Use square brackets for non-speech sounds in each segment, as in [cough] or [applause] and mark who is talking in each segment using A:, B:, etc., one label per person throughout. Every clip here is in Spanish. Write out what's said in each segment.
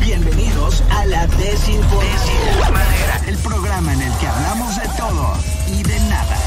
A: Bienvenidos a la desinformación. El programa en el que hablamos de todo y de nada.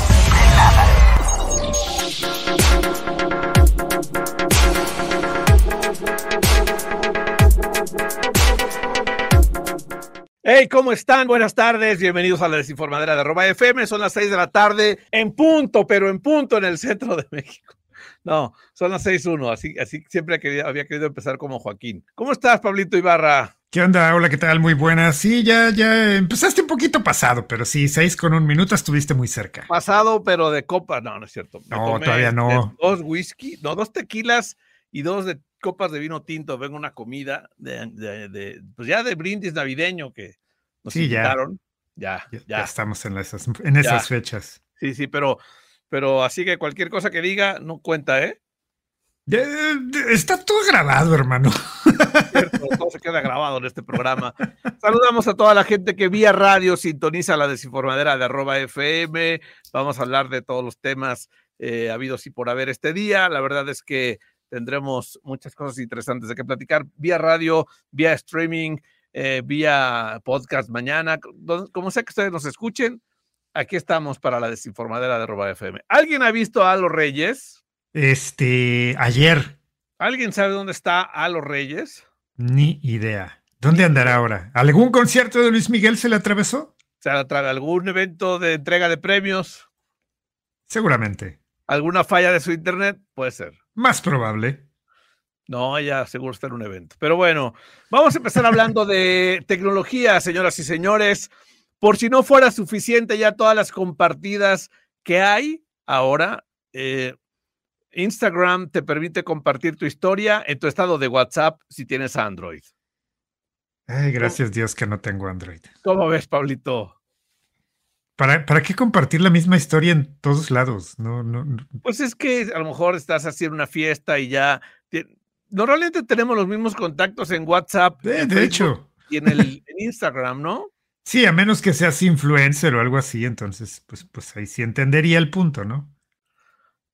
B: Hey, ¿cómo están? Buenas tardes, bienvenidos a la desinformadera de arroba FM. Son las 6 de la tarde, en punto, pero en punto en el centro de [laughs] México. No, son las 6.1, así, así siempre quería- había querido empezar como Joaquín. ¿Cómo estás, Pablito Ibarra?
C: ¿Qué onda? Hola, ¿qué tal? Muy buenas. Sí, ya, ya empezaste un poquito pasado, pero sí, seis con un minuto estuviste muy cerca.
B: Pasado, pero de copa. No, no es cierto. Me
C: No, todavía no.
B: este, Dos whisky, no, dos tequilas y dos de copas de vino tinto. Vengo a una comida de, de- de- pues ya de brindis navideño que nos
C: Sí, ya.
B: invitaron. Ya,
C: Ya,
B: ya,
C: ya estamos en esas, en esas
B: Ya.
C: fechas.
B: Sí, sí, pero, pero así que cualquier cosa que diga no cuenta, ¿eh?
C: Ya, eh, está todo grabado, hermano.
B: cierto, todo se queda grabado en este programa. Saludamos a toda la gente que vía radio sintoniza la desinformadera de arroba FM. Vamos a hablar de todos los temas eh, habidos y por haber este día. La verdad es que tendremos muchas cosas interesantes de que platicar vía radio, vía streaming, eh, vía podcast mañana. Don- Como sea que ustedes nos escuchen, aquí estamos para la desinformadera de arroba FM. ¿Alguien ha visto a los Reyes?
C: Este, ayer,
B: ¿Alguien sabe dónde está a los Reyes?
C: ni idea. ¿Dónde andará ahora? ¿Algún concierto de Luis Miguel se le
B: O
C: atravesó?
B: sea, tra- algún evento de entrega de premios,
C: Seguramente.
B: alguna falla de su internet, puede ser.
C: Más probable.
B: No, ya seguro está en un evento. Pero bueno, vamos a empezar hablando de tecnología, señoras y señores. Por si no fuera suficiente ya todas las compartidas que hay ahora, eh, Instagram te permite compartir tu historia en tu estado de WhatsApp si tienes Android.
C: Ay, gracias Dios que no tengo Android.
B: ¿Cómo ves, Pablito?
C: ¿Para, para qué compartir la misma historia en todos lados? No, no, no.
B: Pues es que a lo mejor estás haciendo una fiesta y ya. ti- Normalmente tenemos los mismos contactos en WhatsApp.
C: Eh,
B: en
C: de
B: Facebook
C: hecho. Ah,
B: Y en,
C: [laughs]
B: el, en Instagram, ¿no?
C: Sí, a menos que seas influencer o algo así, entonces, pues, pues ahí sí entendería el punto, ¿no?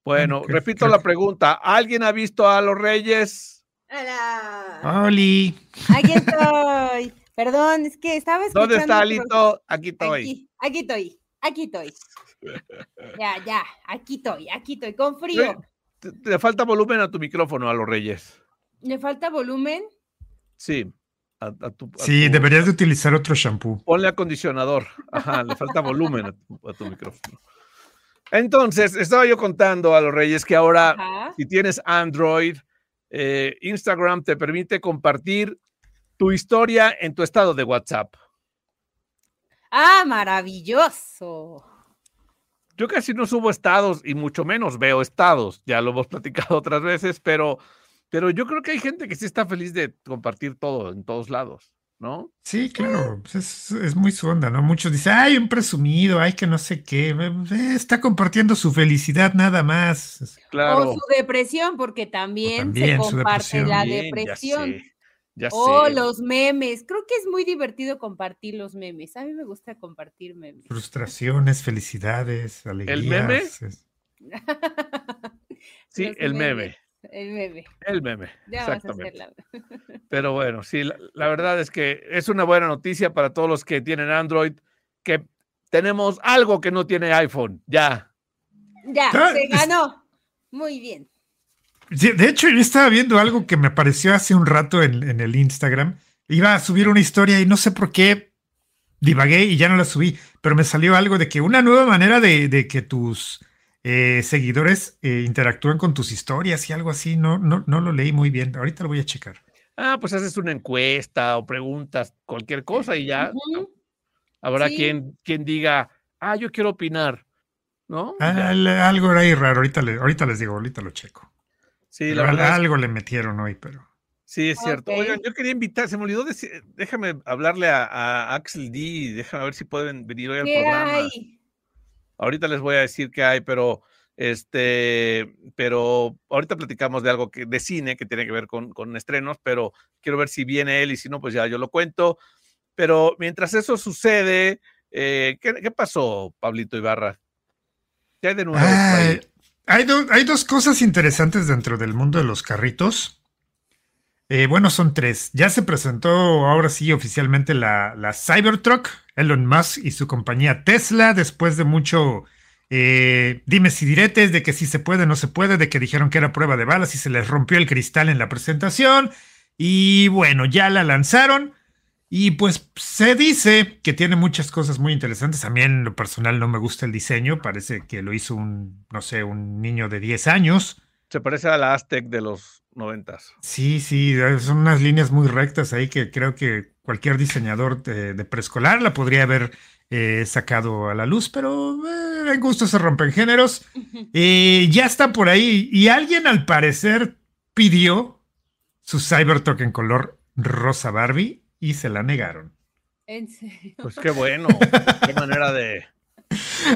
B: Bueno,
C: creo-
B: repito
C: creo
B: la
C: que-
B: pregunta. ¿Alguien ha visto a los Reyes? Ah.
D: ¡Hola!
C: Oli.
D: Aquí estoy. Perdón, es que estaba escuchando.
B: ¿Dónde está
D: tu-
B: Alito? Aquí estoy.
D: Aquí, aquí estoy, aquí estoy. Ya, ya, aquí estoy, aquí estoy, con
B: Yo-
D: frío.
B: te- te falta volumen a tu micrófono, a los Reyes.
D: ¿Le falta volumen?
B: Sí. a- a tu- a
C: Sí,
B: tu-
C: deberías de utilizar otro shampoo.
B: Ponle acondicionador. Ajá, le falta volumen a tu, a tu micrófono. Entonces, estaba yo contando a los Reyes que ahora
D: Ajá.
B: si tienes Android, eh, Instagram te permite compartir tu historia en tu estado de WhatsApp.
D: Ah, maravilloso.
B: Yo casi no subo estados y mucho menos veo estados, ya lo hemos [laughs] platicado otras veces, pero, pero yo creo que hay gente que sí está feliz de compartir todo en todos lados, ¿no?
C: Sí,
B: Ah.
C: claro, pues es, es muy su onda, ¿no? Muchos dicen, ay, un presumido, ay, que no sé qué, eh, está compartiendo su felicidad nada más. Es-
B: Claro.
D: O su depresión, porque también,
C: también
D: se
C: su
D: comparte la
B: Bien,
D: depresión.
B: Ya sé. ya
D: O
B: sé.
D: los memes. Creo que es muy divertido compartir los memes. A mí me gusta compartir memes.
C: Frustraciones, felicidades, alegrías.
B: meme?
C: es-
B: Sí,
D: los
B: el meme.
D: memes. [laughs] El meme.
B: El meme.
D: Ya vas a hacer
B: Exactamente.
D: la
B: Pero bueno, sí, la, la verdad es que es una buena noticia para todos los que tienen Android, que tenemos algo que no tiene iPhone, ya.
D: Ya,
C: Ah,
D: se
C: es-
D: ganó. Muy bien.
C: Sí, de hecho, yo estaba viendo algo que me apareció hace un rato en, en el Instagram. Iba a subir una historia y no sé por qué divagué y ya no la subí, pero me salió algo de que una nueva manera de, de que tus eh, seguidores eh, interactúen con tus historias y algo así. No, no, no lo leí muy bien. Ahorita lo voy a checar.
B: Ah, pues haces una encuesta o preguntas, cualquier cosa y ya
D: Ujú.
B: habrá
D: sí.
B: quien, quien diga, ah, yo quiero opinar, ¿no? Ya.
C: Al- algo era ahí raro. Ahorita, le- ahorita les digo, ahorita lo checo.
B: Sí,
C: Pero
B: la
C: al-
B: verdad. es-
C: algo le metieron hoy, pero.
B: sí, es cierto.
D: Ok.
B: Oigan, yo quería invitar, se me olvidó decir, déjame hablarle a, a Axel D, déjame ver si pueden venir hoy al
D: ¿Qué
B: programa.
D: hay?
B: Ahorita les voy a decir qué hay, pero este, pero ahorita platicamos de algo que, de cine que tiene que ver con, con estrenos, pero quiero ver si viene él y si no, pues ya yo lo cuento. Pero mientras eso sucede, Eh, ¿qué, qué pasó, Pablito Ibarra? ¿Qué hay de nuevo? por
C: Ay,
B: ahí?
C: Ah, hay, do- hay dos cosas interesantes dentro del mundo de los carritos. Eh, bueno, son tres. Ya se presentó ahora sí oficialmente la, la Cybertruck, Elon Musk y su compañía Tesla, después de mucho eh, dimes y diretes de que si se puede, no se puede, de que dijeron que era prueba de balas y se les rompió el cristal en la presentación. Y bueno, ya la lanzaron. Y pues se dice que tiene muchas cosas muy interesantes. A mí en lo personal no me gusta el diseño. Parece que lo hizo un, no sé, un niño de 10 años.
B: Se parece a la Aztec de los noventas.
C: Sí, sí, eh, son unas líneas muy rectas ahí que creo que cualquier diseñador de, de preescolar la podría haber eh, sacado a la luz, pero eh, en gusto se rompen géneros. Eh, ya está por ahí. Y alguien al parecer pidió su Cybertruck en color rosa Barbie y se la negaron.
D: [laughs] En serio.
B: Pues qué bueno, qué manera de...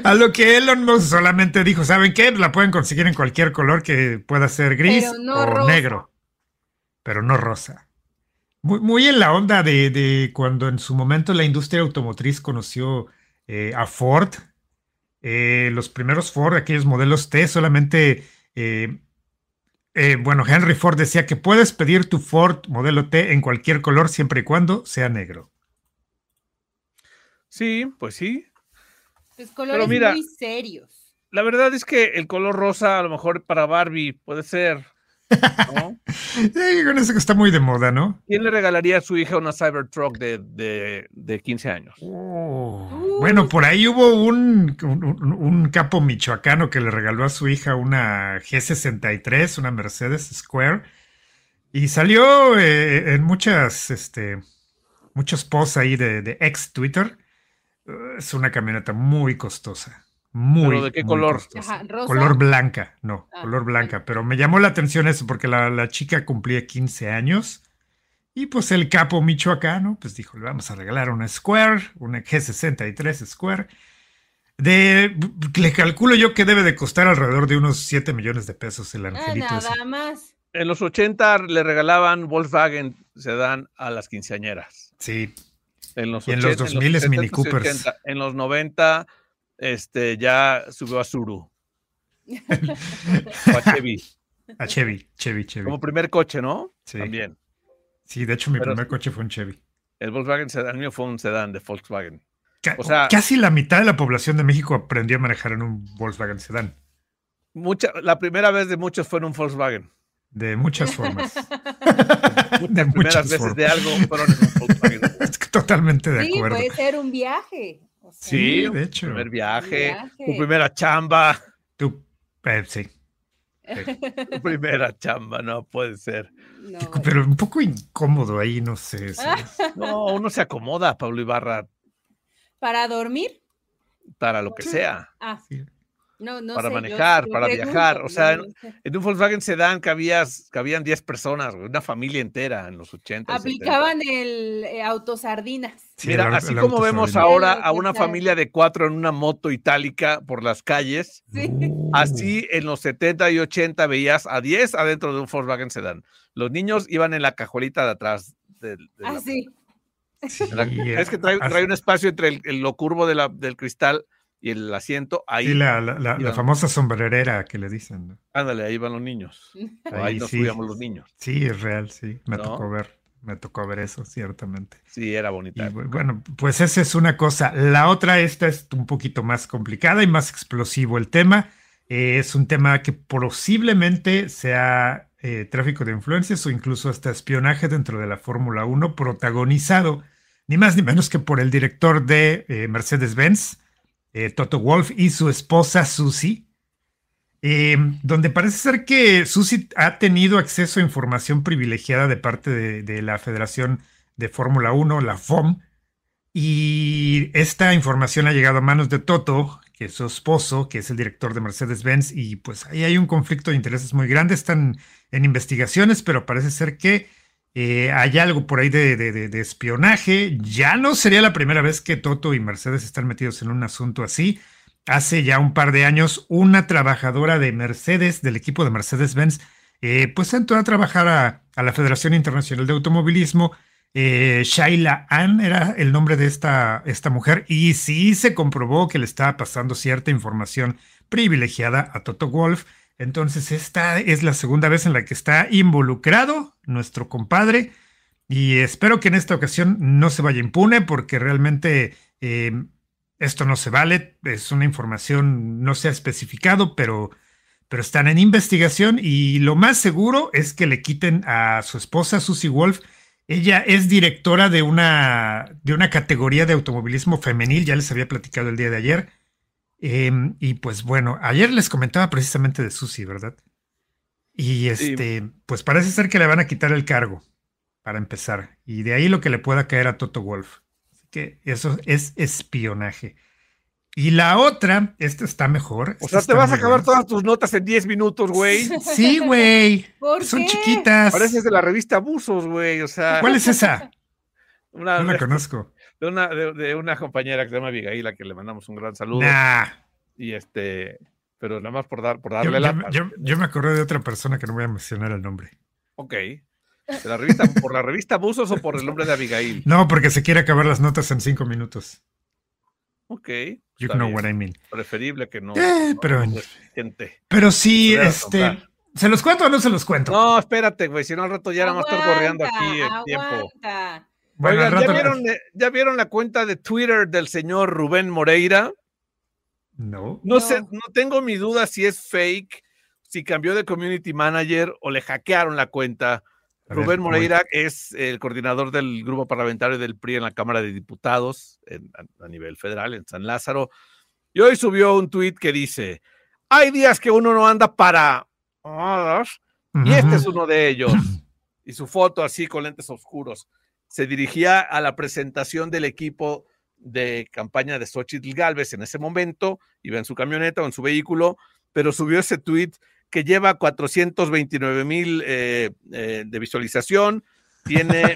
C: A lo que Elon Musk solamente dijo, ¿saben qué? La pueden conseguir en cualquier color que pueda ser gris
D: Pero no
C: o
D: rosa.
C: negro, pero no rosa. Muy, muy en la onda de, de cuando en su momento la industria automotriz conoció eh, a Ford. Eh, los primeros Ford, aquellos modelos T, solamente, eh, eh, bueno, Henry Ford decía que puedes pedir tu Ford modelo T en cualquier color siempre y cuando sea negro. [laughs]
B: Sí, pues sí.
D: Los colores
B: mira-
D: muy serios.
B: La verdad es que el color rosa a lo mejor para Barbie puede ser. ¿no?
C: Eh, con eso que está muy de moda, ¿no?
B: ¿Quién le regalaría a su hija una Cybertruck de, de, de 15 años?
C: Oh, Bueno, por ahí hubo un, un- un- un capo michoacano que le regaló a su hija una G63, una Mercedes Square, y salió eh, en muchas, este, muchos posts ahí de, de ex Twitter. Eh, Es una camioneta muy costosa. Muy,
B: ¿Pero de qué
C: muy
B: color?
C: costosa.
D: Ajá, rosa.
C: Color blanca, no,
D: Ah,
C: color blanca. Pero me llamó la atención eso porque la, la chica cumplía 15 años y pues el capo michoacano pues dijo, le vamos a regalar una Square, una G63 Square. De, le calculo yo que debe de costar alrededor de unos 7 millones de pesos el
D: Ah,
C: angelito. ese.
D: nada más.
B: En los 80 le regalaban Volkswagen Sedán a las quinceañeras.
C: Sí,
B: En los,
C: Y en los 2000 es
B: 70s y
C: Mini Coopers.
B: 80. En los 90 este, ya subió a [laughs] Suru. o a Chevy,
C: a Chevy, Chevy, Chevy.
B: como primer coche, ¿no?
C: Sí.
B: También.
C: Sí, de hecho mi
B: Pero-
C: primer coche fue un Chevy.
B: El Volkswagen Sedán el mío fue un sedán de Volkswagen.
C: Ca-
B: O sea-
C: casi la mitad de la población de México aprendió a manejar en un Volkswagen Sedán,
B: Mucha, la primera vez de muchos fue en un Volkswagen.
C: de muchas
B: [laughs]
C: formas. [laughs] de
B: Las primeras
C: muchas
B: veces
C: formas.
B: de algo fueron en un
C: [laughs]
B: Volkswagen.
C: Es que Totalmente de
D: Sí, pues.
C: acuerdo.
D: puede ser un viaje. o sea,
B: Sí,
C: de
B: tu
C: hecho.
B: primer viaje,
D: Viaje.
B: tu primera chamba,
C: Tú, eh,
D: [laughs]
C: sí.
B: tu primera chamba, no puede ser.
D: no,
C: Pico, Pero un poco incómodo ahí, no
D: [laughs]
C: sé. sí.
B: No, uno se acomoda, Pablo Ibarra,
D: Para dormir.
B: para lo que sea.
D: Ah,
C: Sí.
D: no, no
B: Para
D: sé, yo-
B: manejar,
D: yo
B: para viajar, o sea,
D: no sé.
B: En un Volkswagen Sedán cabías, cabían 10 personas, güey, una familia entera en los 80. y 70.
D: aplicaban el eh, autosardinas.
C: Sí,
B: Mira,
C: el au-
B: así
C: el
B: como
C: auto
B: vemos
C: sardina.
B: ahora
D: Sí,
B: a una
D: quién sabe.
B: familia de cuatro en una moto itálica por las calles,
D: Sí.
C: Uh,
B: así en los 70 y 80 veías a 10 adentro de un Volkswagen Sedán. Los niños iban en la cajuelita de atrás. del- de la-
D: Así.
C: sí,
B: de la- [laughs] es que trae,
C: as-
B: trae un espacio entre el, el- lo curvo de la- del cristal y el asiento. Ahí,
C: sí, la, la- la- la
B: iban.
C: famosa sombrerera que le dicen. ¿no?
B: ándale, ahí van los niños. O Ahí,
C: Ahí
B: nos
C: sí.
B: subíamos los niños.
C: Sí, es real, sí. Me
B: ¿No?
C: tocó ver. Me tocó ver eso, ciertamente.
B: Sí, era
C: Y
B: bonita.
C: bu- bueno, pues esa es una cosa. La otra, esta es un poquito más complicada y más explosivo el tema. Eh, es un tema que posiblemente sea eh, tráfico de influencias o incluso hasta espionaje dentro de la Fórmula 1, protagonizado ni más ni menos que por el director de eh, Mercedes-Benz, eh, Toto Wolf, y su esposa Susie. eh, donde parece ser que Susie ha tenido acceso a información privilegiada de parte de- de la Federación de Fórmula 1, la FOM, y esta información ha llegado a manos de Toto, que es su esposo, que es el director de Mercedes-Benz, y pues ahí hay un conflicto de intereses muy grande, están en investigaciones, pero parece ser que eh, hay algo por ahí de, de- de- de espionaje. Ya no sería la primera vez que Toto y Mercedes están metidos en un asunto así. Hace ya un par de años, una trabajadora de Mercedes, del equipo de Mercedes-Benz, eh, pues entró a trabajar a- a la Federación Internacional de Automovilismo Eh, Shaila Ann era el nombre de esta, esta mujer y sí se comprobó que le estaba pasando cierta información privilegiada a Toto Wolf. Entonces esta es la segunda vez en la que está involucrado nuestro compadre y espero que en esta ocasión no se vaya impune porque realmente eh, esto no se vale. Es una información, no se ha especificado, pero, pero están en investigación y lo más seguro es que le quiten a su esposa Susie Wolf. Ella es directora de una, de una categoría de automovilismo femenil, ya les había platicado el día de ayer. Eh, y pues bueno, ayer les comentaba precisamente de Susi, ¿verdad? Y este, sí. pues parece ser que le van a quitar el cargo, para empezar. Y de ahí lo que le pueda caer a Toto Wolf. Así que eso es espionaje. Y la otra, esta está mejor.
B: O sea, te vas a acabar buena. todas tus notas en 10 minutos, güey.
C: Sí, güey. Son qué? chiquitas.
B: Pareces de la revista Abusos, güey. O sea.
C: ¿Cuál es esa? Una, no la conozco.
B: De una, de, de una, compañera que se llama Abigail, a que le mandamos un gran saludo. Nah. Y este, pero nada más por, dar, por darle
C: yo,
B: la.
C: Yo, yo, yo, me acordé de otra persona que no voy a mencionar el nombre.
B: Ok. ¿De la revista, ¿Por la revista Abusos o por el nombre de Abigail?
C: No, porque se quiere acabar las notas en cinco minutos.
B: Ok.
C: You know bien. what I mean.
B: Preferible que no.
C: Eh,
B: no
C: pero, pero sí, este. ¿Se los cuento o no se los cuento?
B: No, espérate, güey. Si no, al rato ya aguanta, nada más estar corriendo aquí el tiempo. Aguanta. Bueno, Oigan, ¿ya, vieron, eh, ¿ya, vieron, la cuenta de Twitter del señor Rubén Moreira?
C: No.
B: No, sé, no tengo mi duda si es fake, si cambió de community manager o le hackearon la cuenta. Ver, Rubén Moreira voy. es el coordinador del grupo parlamentario del PRI en la Cámara de Diputados en, a, a nivel federal, en San Lázaro. Y hoy subió un tuit que dice, hay días que uno no anda para... Ah, Y este es uno de ellos. Y su foto así con lentes oscuros se dirigía a la presentación del equipo de campaña de Xochitl Galvez en ese momento, iba en su camioneta o en su vehículo, pero subió ese tweet que lleva 429 mil eh, eh, de visualización, tiene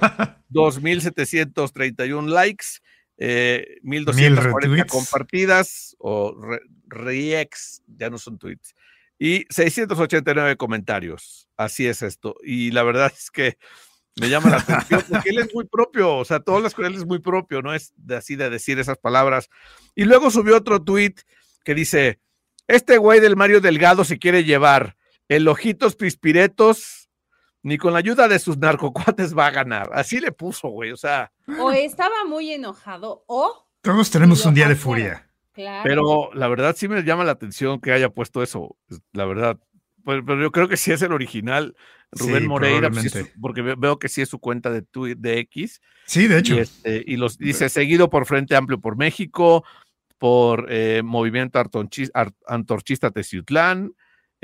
B: 2.731 likes, eh, 1.240 compartidas o re reacts, ya no son tweets, y 689 comentarios. Así es esto. Y la verdad es que me llama la atención porque él es muy propio, o sea, todas las cosas él es muy propio, no es de así de decir esas palabras. Y luego subió otro tweet que dice, este güey del Mario Delgado se quiere llevar el ojitos pispiretos, ni con la ayuda de sus narcocuates va a ganar. Así le puso, güey, o sea.
D: O estaba muy enojado, o...
C: Todos tenemos un día de furia.
B: Claro. Pero la verdad sí me llama la atención que haya puesto eso, la verdad. Pero, pero yo creo que sí es el original. Rubén sí, Moreira, pues es, porque veo que sí es su cuenta de, Twitter, de X.
C: Sí, de hecho.
B: Y, este, y los dice Pero... seguido por Frente Amplio por México, por eh, Movimiento Art Antorchista Teciutlán,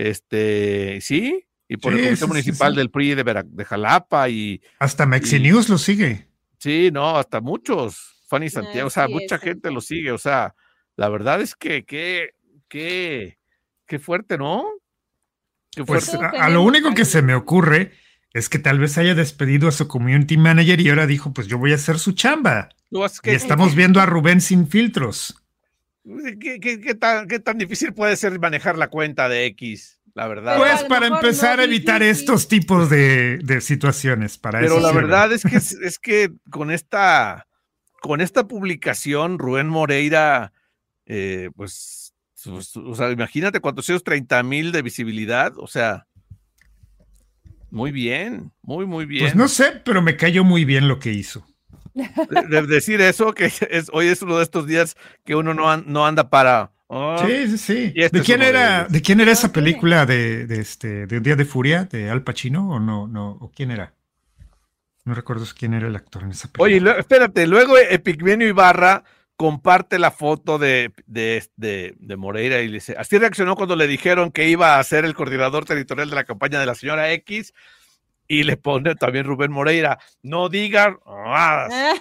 B: este, sí, y por sí, el Comité sí, Municipal del PRI de, Vera de Jalapa y.
C: Hasta Mexinews lo sigue.
B: Sí, no, hasta muchos. Fanny Santiago, no, o sea, mucha gente lo sigue. O sea, la verdad es que, qué, qué, qué fuerte, ¿no?
C: Pues a, lo único que se me ocurre es que tal vez haya despedido a su community manager y ahora dijo, pues yo voy a hacer su chamba. Y estamos viendo a Rubén sin filtros.
B: ¿Qué, qué, qué, tan, ¿Qué, tan, difícil puede ser manejar la cuenta de X? La verdad.
C: Pues para empezar no a evitar estos tipos de, de situaciones. Para
B: Pero
C: eso
B: la sirve. verdad es que,
C: [laughs]
B: es que con esta, con esta publicación, Rubén Moreira, eh, pues o sea, imagínate 430 mil de visibilidad, o sea, muy bien, muy, muy bien.
C: Pues no sé, pero me cayó muy bien lo que hizo.
B: De, de decir eso, que [laughs] es, hoy es uno de estos días que uno no, an, no anda para...
C: Oh,
B: Ah,
C: sí, sí, sí. Este ¿De, quién era, ¿De quién era esa película de, de este, de Día de Furia, de Al Pacino, o no, no, o quién era? No recuerdo quién era el actor en esa película.
B: Oye, lo, espérate, luego Epigmenio Ibarra comparte la foto de, de, de, de, Moreira y le dice, así reaccionó cuando le dijeron que iba a ser el coordinador territorial de la campaña de la señora X y le pone también Rubén Moreira, no digan ah,
D: Ah.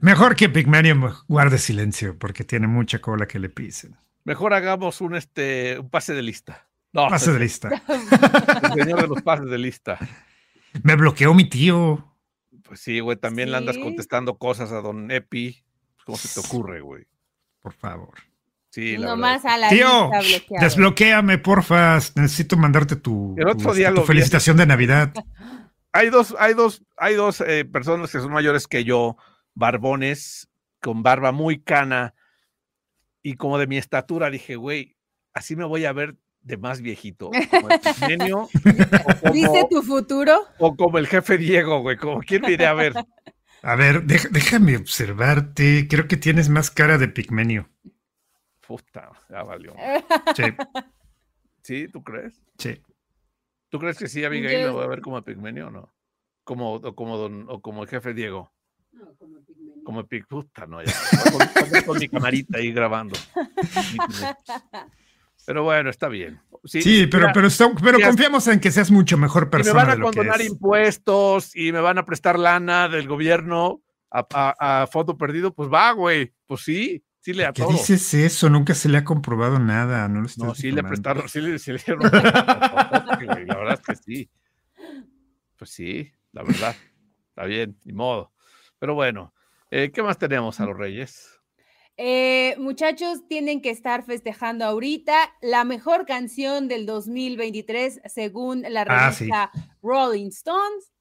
C: Mejor que Pigmenio guarde silencio porque tiene mucha cola que le pisen.
B: Mejor hagamos un, este, un pase de lista. No,
C: pase de lista.
B: El señor de los pases de lista.
C: Me bloqueó mi tío.
B: Pues sí, güey, también ¿Sí? le andas contestando cosas a don Epi. Pues, ¿Cómo se te ocurre, güey?
C: Por favor.
B: Sí,
D: la Nomás a la
C: Tío, este, desbloqueame, porfa. Necesito mandarte tu, tu, tu felicitación de Navidad.
B: Hay dos, hay dos, hay dos eh, personas que son mayores que yo, barbones, con barba muy cana y como de mi estatura, dije, güey, así me voy a ver de más viejito. Como el
D: [laughs]
B: Pigmenio, o como-
D: ¿Dice tu
C: [laughs]
D: futuro?
B: o como el jefe Diego, güey, como quién me iré a ver.
C: A ver, dej- déjame observarte. Creo que tienes más cara de pigmenio.
B: Puta, ya valió.
C: Sí,
B: ¿Sí? ¿Tú crees? [laughs]
C: sí.
B: ¿Tú crees que sí, Abigail,
D: Yo-
B: me voy a ver como a Pigmenio o no? Como, o como, don, o como el jefe Diego. Como el Pig, puta, no, ya. Voy Con, voy con mi camarita ahí grabando. Pero bueno, está bien.
C: Sí, pero,
B: mira,
C: pero, está- pero
B: mira.
C: confiamos en que seas mucho
B: si
C: mejor
B: me
C: persona
B: van
C: de
B: a
C: lo que
B: condonar
C: es.
B: impuestos y me van a prestar lana del gobierno a, a- a fondo perdido, pues va, güey. Pues sí, sí le a
C: ¿Qué
B: todo.
C: dices eso? Nunca se le ha comprobado nada. No, lo
B: No,
C: estás
B: sí le
C: difamando.
B: prestaron, sí le, sí le dieron un contratotote, güey, La verdad es que sí. Pues sí, la verdad. Está bien, ni modo. Pero bueno, eh, ¿qué más tenemos a los Reyes?
D: Eh, muchachos, tienen que estar festejando ahorita la mejor canción del 2023 según la
C: Ah, sí.
D: revista Rolling Stones,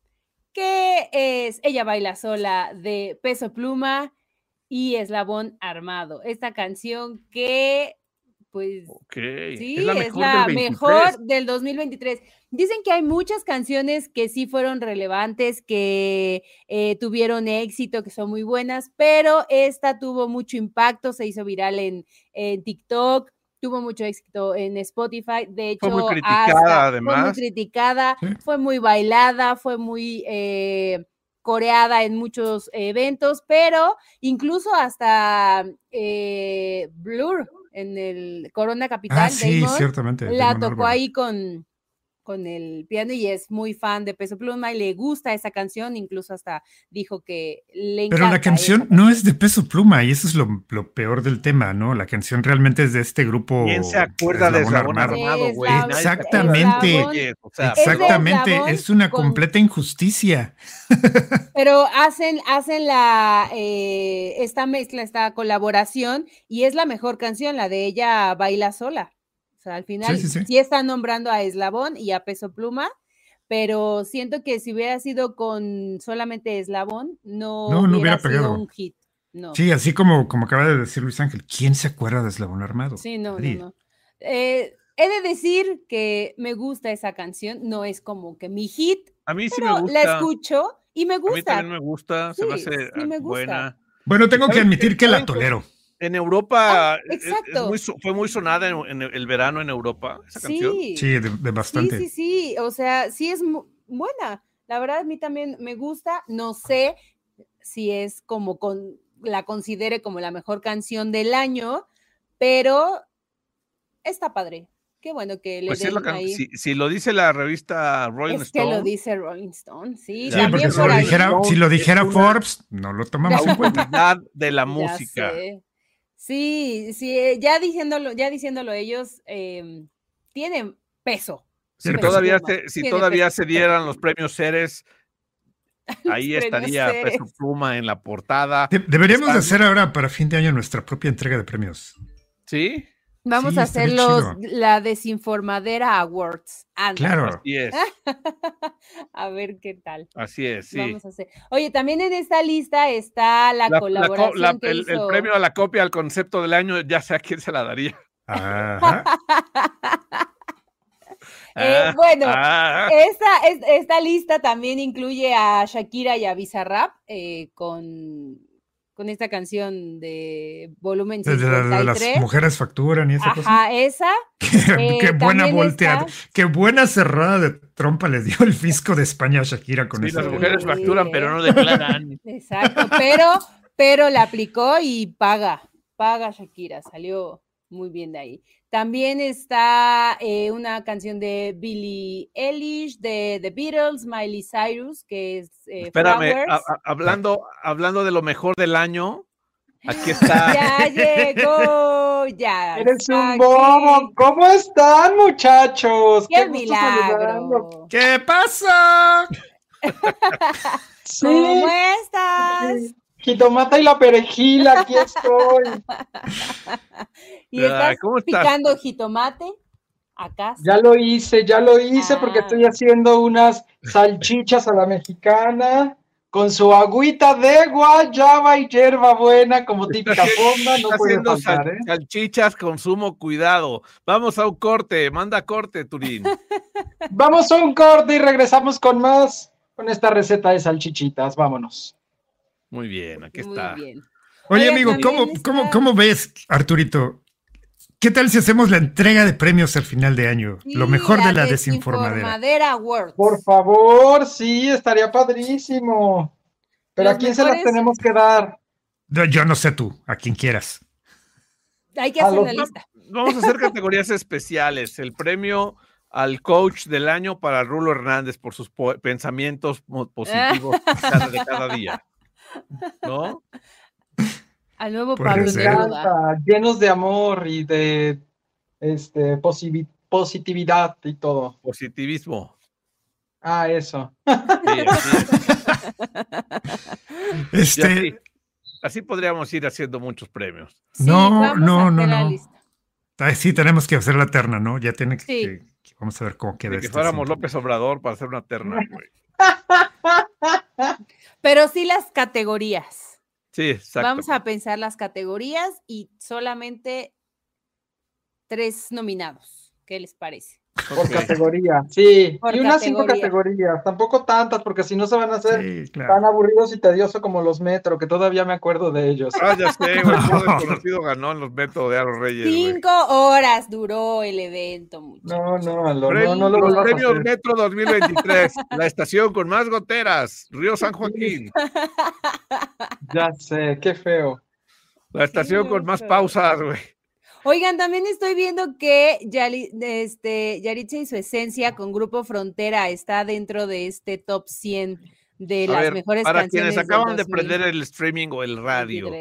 D: que es Ella baila sola de Peso Pluma y Eslabón Armado. Esta canción que, pues,
B: Ok.
D: Sí, es la, mejor, del 2023. Dicen que hay muchas canciones que sí fueron relevantes, que eh, tuvieron éxito, que son muy buenas, pero esta tuvo mucho impacto, se hizo viral en, en TikTok, tuvo mucho éxito en Spotify. De hecho,
B: Fue muy
D: hasta-
B: criticada,
D: Fue muy
B: además.
D: criticada,
C: Sí.
D: fue muy bailada, fue muy eh, coreada en muchos eventos, pero incluso hasta eh, Blur en el Corona Capital.
C: Ah, sí,
D: Damon,
C: ciertamente.
D: la
C: Damon
D: tocó
C: Albarn.
D: ahí con, con el piano y es muy fan de Peso Pluma y le gusta esa canción, incluso hasta dijo que le
C: Pero la
D: encanta esa
C: canción no es de peso pluma y eso es lo, lo peor del tema, ¿no? La canción realmente es de este grupo.
B: ¿Quién se acuerda de Eslabón
C: Eslabón Armado.
B: Armado, güey?
D: Eslabón-
B: Nadie se acuerda de
C: Exactamente.
B: Eslabón Reyes, o sea,
D: Es de
C: Exactamente,
D: Eslabón
C: es una
D: con-
C: completa injusticia.
D: Pero hacen, hacen la, eh, esta mezcla, esta colaboración, y es la mejor canción, la de ella baila sola. O sea, al final
C: sí,
D: sí,
C: sí.
D: están nombrando a Eslabón y a Peso Pluma, pero siento que si hubiera sido con solamente Eslabón, no,
C: No, no hubiera
D: hubiera, sido
C: pegado.
D: un hit. No.
C: Sí, así como, como acaba de decir Luis Ángel, ¿quién se acuerda de Eslabón Armado?
D: Sí, no, no,
C: Nadie.
D: no. Eh, he de decir que me gusta esa canción, no es como que mi hit,
B: A mí sí me
D: pero
B: gusta.
D: la escucho y me
B: A mí
D: gusta.
B: también me gusta, se me
D: Sí,
B: hace ah,
D: sí me gusta.
B: buena.
C: Bueno, tengo que
B: ¿Saben qué?
C: admitir que la
B: ¿Saben qué?
C: tolero.
B: En Europa, e,
D: Ah,
B: es- es
D: exacto.
B: muy su- fue muy sonada en, en el verano en Europa, esa canción.
D: Sí,
C: Sí, de, de
D: sí,
C: bastante.
D: sí, sí, o sea, sí es mu- buena. La verdad, a mí también me gusta, no sé si es como con la considere como la mejor canción del año, pero está padre. Qué bueno que le
B: Pues sí es
D: den
B: la can-
D: ahí.
B: si, si lo dice la revista Rolling
D: es que
B: Stone,
D: lo dice Rolling Stone,
B: Sí,
D: sí,
C: Sí,
D: también
C: porque si
D: por
C: lo
D: ahí.
C: dijera, si lo
B: Es
C: dijera
B: una-
C: Forbes, no lo tomamos en
D: [laughs]
C: cuenta.
B: autoridad de la
D: Ya
B: música.
D: sé. Sí, sí, eh, ya diciéndolo, ya diciéndolo ellos, em, tienen peso.
B: Si
C: Pero-
B: todavía,
D: Pluma.
B: se, si
D: Tiene
B: todavía
D: peso.
B: se dieran los premios
D: [laughs]
B: Ceres, ahí
D: premios
B: estaría
D: Ceres.
B: Peso Pluma en la portada.
C: De- deberíamos de
B: Está-
C: hacer ahora para fin de año nuestra propia entrega de premios.
B: ¿Sí?
D: Vamos
C: Sí,
D: a hacer
C: estaría
D: los,
C: chido.
D: la desinformadera awards. Anda,
C: Claro.
B: Así
D: [laughs]
B: es,
D: A ver qué tal.
B: así es, sí.
D: Vamos a hacer. Oye, también en esta lista está la,
B: La- la co-
D: colaboración
B: la-
D: que
B: el, el
D: hizo-
B: premio a la copia al concepto del año, ya sé a quién se la daría.
C: Ajá.
D: [laughs] Eh,
B: Ah,
D: bueno, eh,
B: ah,
D: Esta, es- esta lista también incluye a Shakira y a Bizarrap eh, con, con esta canción de volumen
C: De, de- de las
D: 53.
C: mujeres facturan y esa cosa.
D: Ajá, esa.
C: Qué,
D: Eh,
C: [laughs] qué buena
D: también
C: volteada. Qué buena cerrada de trompa le dio el fisco de España a Shakira con
B: sí,
C: esa.
B: las mujeres
D: Sí,
B: facturan,
D: ¿eh?
B: pero no
D: [laughs]
B: declaran.
D: Exacto, pero, pero la aplicó y paga, paga Shakira, salió muy bien de ahí. También está eh, una canción de Billie Eilish, de The Beatles, Miley Cyrus, que es eh,
B: Espérame,
D: Flowers.
B: a- a- hablando, hablando de lo mejor del año,
D: [gasps]
B: aquí está.
D: Ya llegó, ya.
E: [laughs] Eres
D: está
E: un
D: aquí.
E: bobo. ¿Cómo están, muchachos?
D: ¡Qué
E: gusto saludarlos.
D: milagro!
C: ¿Qué pasa?
E: Sí,
D: ¿Cómo estás?
E: jitomata y la perejil,
D: [laughs]
E: aquí estoy.
D: ¿Y estás
B: Ay, ¿cómo estás?
D: picando jitomate? a casa.
E: Ya lo hice, ya lo hice
D: Ah.
E: porque estoy haciendo unas salchichas a la mexicana con su agüita de guayaba y yerba buena como típica fonda, no
B: Está
E: puede
B: haciendo
E: faltar,
B: sal-
E: ¿eh?
B: salchichas con sumo cuidado. Vamos a un corte, manda corte,
D: [laughs]
B: Turín.
E: ¿eh? Vamos a un corte y regresamos con más con esta receta de salchichitas, vámonos.
B: Muy bien, aquí
D: Muy
B: está.
D: bien.
C: Oye,
D: Oiga,
C: amigo,
D: también
C: ¿cómo,
D: está-
C: cómo, ¿cómo ves, Arturito? ¿Qué tal si hacemos la entrega de premios al final de año? Lo
D: Sí,
C: mejor de la desinformadera.
D: desinformadera Awards.
E: Por favor, sí, estaría padrísimo. Pero
D: Los
E: ¿a quién se las
D: mejores-
E: tenemos que dar?
C: No, Yo no sé tú, a quien quieras.
D: Hay que
E: A
D: hacer
E: los-
D: una lista.
B: Vamos a
D: [laughs]
B: hacer categorías especiales. El premio al coach del año para Rulo Hernández por sus po- pensamientos mo-
D: [laughs]
B: positivos cada- de cada día. ¿No?
D: Al nuevo
C: Puede
D: Pablo
E: Me
C: ser.
D: Neruda.
E: encanta, llenos de amor y de este, posivi- positividad y todo.
B: Positivismo.
E: Ah, eso.
B: Sí, así, es. Y así-
C: Este,
B: así podríamos ir haciendo muchos premios.
D: Sí,
C: No,
D: vamos
C: no,
D: a hacer
C: no,
D: la
C: no.
D: lista.
C: ay, ah, sí, tenemos que hacer la terna, ¿no? Ya tiene que.
D: Sí.
C: que- que- vamos a ver cómo queda
B: De que
C: este
B: fuéramos
C: asunto.
B: López Obrador para hacer una terna. güey.
D: Pero sí las categorías.
B: Sí, exacto.
D: Vamos a pensar las categorías y solamente tres nominados. ¿Qué les parece?
E: Por
B: Ok.
E: categoría, sí.
D: Por
E: y unas cinco
D: categoría.
E: categorías, tampoco tantas, porque si no se van a hacer
C: Sí, claro.
E: tan aburridos y tediosos como los metro, que todavía me acuerdo de ellos.
B: Ah,
D: [laughs]
B: ya sé, güey. el pueblo desconocido ganó en los Beto de a los Reyes. güey.
D: Cinco horas duró el evento, muchachos.
E: No, no, Aldo,
B: Premio-
E: no, no lo
B: los
E: vuelvas a
B: premios
E: hacer.
B: Metro 2023, la estación con más goteras, Río San Joaquín,
E: Ya sé, qué feo.
B: la estación con más pausas, güey.
D: Oigan, también estoy viendo que Yali- este, Yaritza y su esencia con Grupo Frontera está dentro de este top 100 de
B: A
D: las
B: ver,
D: mejores
B: Para
D: canciones.
B: quienes acaban de prender el streaming o el radio,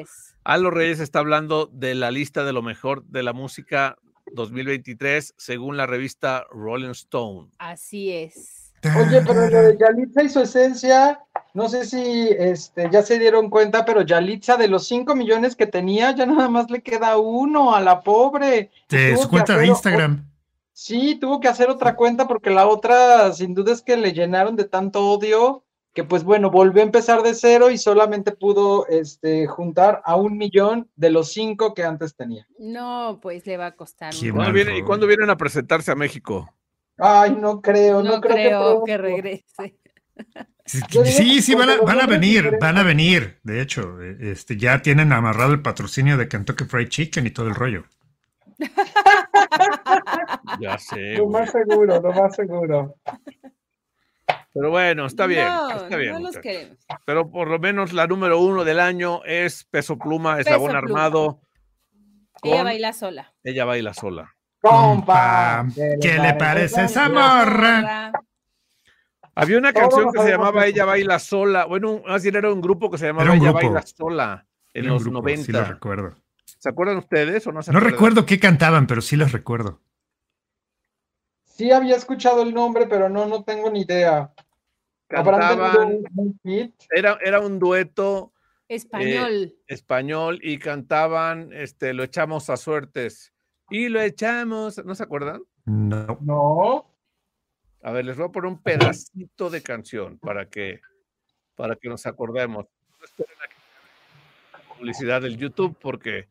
B: Alo Reyes está hablando de la lista de lo mejor de la música 2023 según la revista Rolling Stone.
D: Así es.
E: Oye, pero lo de Yalitza y su esencia, no sé si este, ya se dieron cuenta, pero Yalitza de los 5 millones que tenía, ya nada más le queda uno a la pobre.
C: Te
E: tuvo
C: su
E: que
C: cuenta de
E: hacer o-
C: Instagram.
E: Sí, tuvo que hacer otra cuenta porque la otra, sin duda, es que le llenaron de tanto odio que, pues bueno, volvió a empezar de cero y solamente pudo este, juntar a un millón de los cinco que antes tenía.
D: No, pues le va a costar.
C: Qué
D: mucho.
B: ¿Cuándo
C: mal,
B: viene- ¿Y
C: Raúl.
B: cuándo vienen a presentarse a México?
E: Ay, no creo, no,
D: No creo que
E: pronto.
D: regrese.
C: Sí,
E: Yo digo
C: sí,
E: que
C: sí, van a,
E: cuando
C: van a
E: logren
C: venir,
E: superar-
C: van a venir. De hecho, eh, este, ya tienen amarrado el patrocinio de Kentucky Fried Chicken y todo el rollo.
B: [laughs] Ya sé.
E: Lo más seguro, lo más seguro.
B: Pero bueno, está bien.
D: No,
B: está bien.
D: no los
B: muchachos.
D: queremos.
B: pero por lo menos la número uno del año es Peso Pluma,
D: Peso
B: Eslabón
D: Pluma.
B: Armado. Con
D: Ella
B: ella,
D: baila sola.
B: baila sola.
E: Compa,
C: ¿qué le parece esa
E: Compa,
C: morra?
B: Había una
E: Todos
B: canción que se
E: sabemos
B: llamaba
E: Peso
B: Ella
E: Pluma.
B: baila sola. Bueno, un- más bien era un grupo que se
C: Era
B: llamaba
C: un
B: Ella
C: grupo.
B: baila sola en
C: Era un
B: los
C: grupo, sí lo
B: 90.
C: recuerdo.
B: ¿Se acuerdan ustedes o no se
C: No
B: acuerdan?
C: recuerdo qué cantaban, pero sí los recuerdo.
E: Sí había escuchado el nombre, pero no, no tengo ni idea. ¿Habrán tenido
B: Cantaban,
E: un- un hit?
B: era, era un dueto Eh,
D: Español.
B: español y cantaban este, Lo echamos a suertes. Y lo echamos, ¿no se acuerdan?
C: No.
E: No.
B: A ver, les voy a poner un pedacito de canción para que, para que nos acordemos. No esperen a que- Publicidad del YouTube porque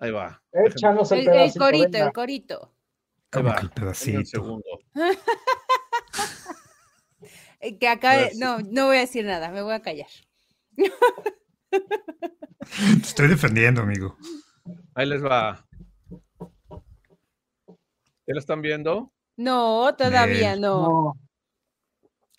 B: ahí va. déjenme-
E: Échanos el
D: el, el
E: pedacito,
D: corito,
E: venga.
D: el corito.
B: ahí
C: Como
B: va,
C: que
B: denme
C: el
B: un
C: pedacito.
B: segundo.
D: Eh, Que acabe.
B: ver, sí.
D: No, no voy a decir nada, me voy a callar.
C: Te [laughs] estoy defendiendo, amigo.
B: Ahí les va. ¿Ya lo están viendo?
D: No, todavía no.
E: No.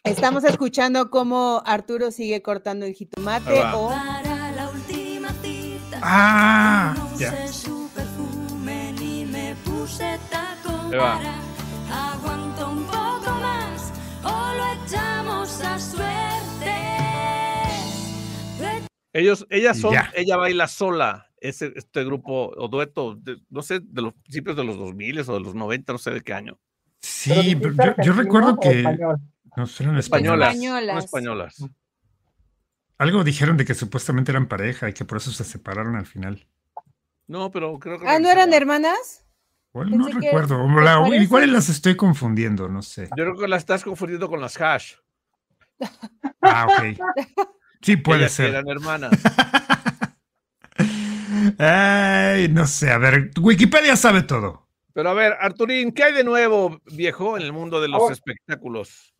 D: Estamos escuchando cómo Arturo sigue cortando el jitomate
B: Ahí va.
D: o
F: Para la última cita.
C: Ah,
F: Puse
C: ya.
F: su perfume ni me puse taco
B: Ahí va.
F: para. Aguanto un poco más o lo echamos a suerte.
B: Ellos, ellas son,
C: Ya.
B: ella baila sola. Ese, este grupo o dueto, de- no sé, de los principios de los 2000 o de los 90, no sé de qué año.
E: ¿Pero
C: Sí,
E: dijiste
C: pero yo, yo
E: argentino
C: recuerdo
E: o
C: que
E: español?
C: no eran
B: Españolas.
C: españolas.
B: son
D: Españolas.
B: españolas.
C: Algo dijeron de que supuestamente eran pareja y que por eso se separaron al final.
B: No, pero creo que.
D: Ah, ¿no eran
B: regresaron.
D: hermanas?
C: ¿Cuál? No
D: Pensé que-
C: recuerdo. O
D: ¿te
C: la- o
D: parece?
C: igual las estoy confundiendo, no sé.
B: Yo creo que la estás confundiendo con las hash.
C: Ah,
E: [laughs]
C: ok. Sí, puede
B: Ellas
C: ser.
B: Eran hermanas.
C: Ay, no sé. A ver, Wikipedia sabe todo.
B: Pero a ver, Arturín, ¿qué hay de nuevo, viejo, en el mundo de los
E: Ahora-
B: espectáculos?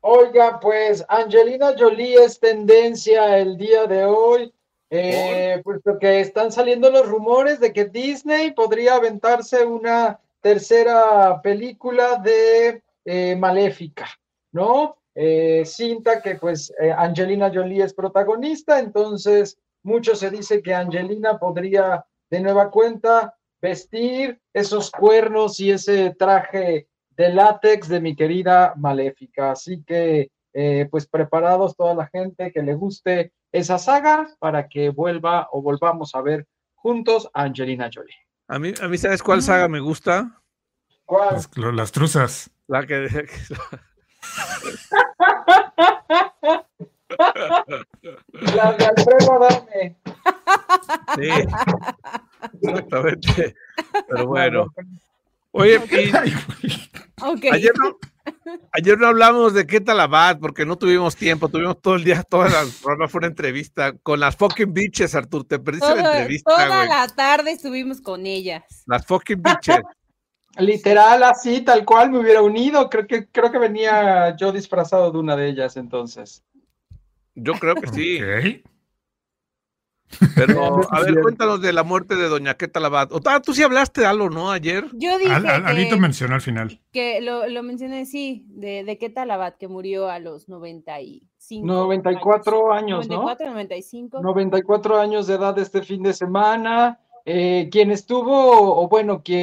E: Oiga, pues Angelina Jolie es tendencia el día de hoy, eh, puesto que están saliendo los rumores de que Disney podría aventarse una tercera película de eh, Maléfica, ¿no? Eh, cinta que pues eh, Angelina Jolie es protagonista, entonces mucho se dice que Angelina podría de nueva cuenta vestir esos cuernos y ese traje de látex de mi querida Maléfica. Así que, eh, pues preparados toda la gente que le guste esa saga para que vuelva o volvamos a ver juntos a Angelina Jolie.
B: A mí, a mí ¿sabes cuál saga me gusta?
E: ¿Cuál?
C: Las, lo- las truzas.
B: La [laughs] que...
D: [laughs]
E: La de Alfredo Adame.
B: Sí, exactamente. Pero bueno. Oye, y
C: Ay, güey.
D: Ok.
B: ayer no, ayer no hablamos de qué tal Abad, porque no tuvimos tiempo, tuvimos todo el día, [laughs] toda la programa fue una entrevista con las fucking bitches, Artur, te perdiste
D: Todo-
B: la entrevista,
D: toda
B: güey.
D: la tarde estuvimos con ellas.
B: Las fucking bitches.
E: Literal, así, tal cual me hubiera unido. Creo que, creo que venía yo disfrazado de una de ellas entonces.
B: Yo creo que sí,
C: Ok.
D: [laughs]
B: pero a
E: Sí.
B: ver, cuéntanos de la muerte de doña Queta Abad. O, ah, tú sí hablaste de algo, ¿no? Ayer.
D: Yo dije
C: Al- al- Alito
D: que,
C: mencionó al final.
D: que lo, lo mencioné, sí, de, de qué tal Abad, que murió a los 95.
E: 94 años, ¿no?
D: 94, 95.
E: 94 años de edad este fin de semana. Eh, quien estuvo, o bueno, que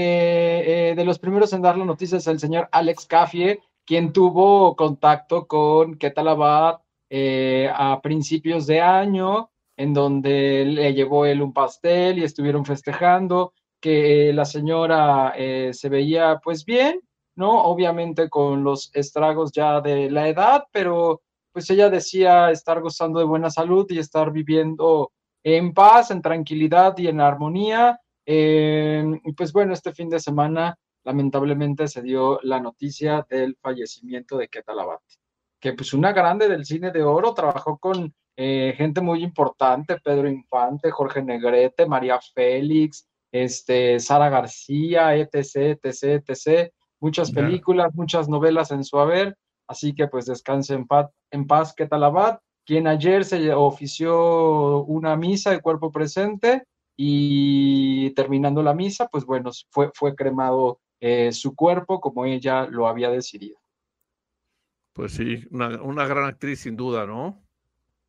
E: eh, de los primeros en dar la noticia es el señor Alex Caffie, quien tuvo contacto con Ketal Abad eh, a principios de año, en donde le llevó él un pastel y estuvieron festejando, que eh, la señora eh, se veía pues bien, ¿no? Obviamente con los estragos ya de la edad, pero pues ella decía estar gozando de buena salud y estar viviendo en paz, en tranquilidad y en armonía. Eh, y pues bueno, este fin de semana lamentablemente se dio la noticia del fallecimiento de Ketal Abad, que pues una grande del cine de oro, trabajó con eh, gente muy importante, Pedro Infante, Jorge Negrete, María Félix, este, Sara García, etc., etc., etc., muchas
C: Claro.
E: películas, muchas novelas en su haber, así que pues descanse en paz, en paz Ketal Abad, quien ayer se lle- ofició una misa de cuerpo presente y terminando la misa, pues bueno, fue, fue cremado eh, su cuerpo como ella lo había decidido.
B: Pues sí, una, una gran actriz sin duda, ¿no?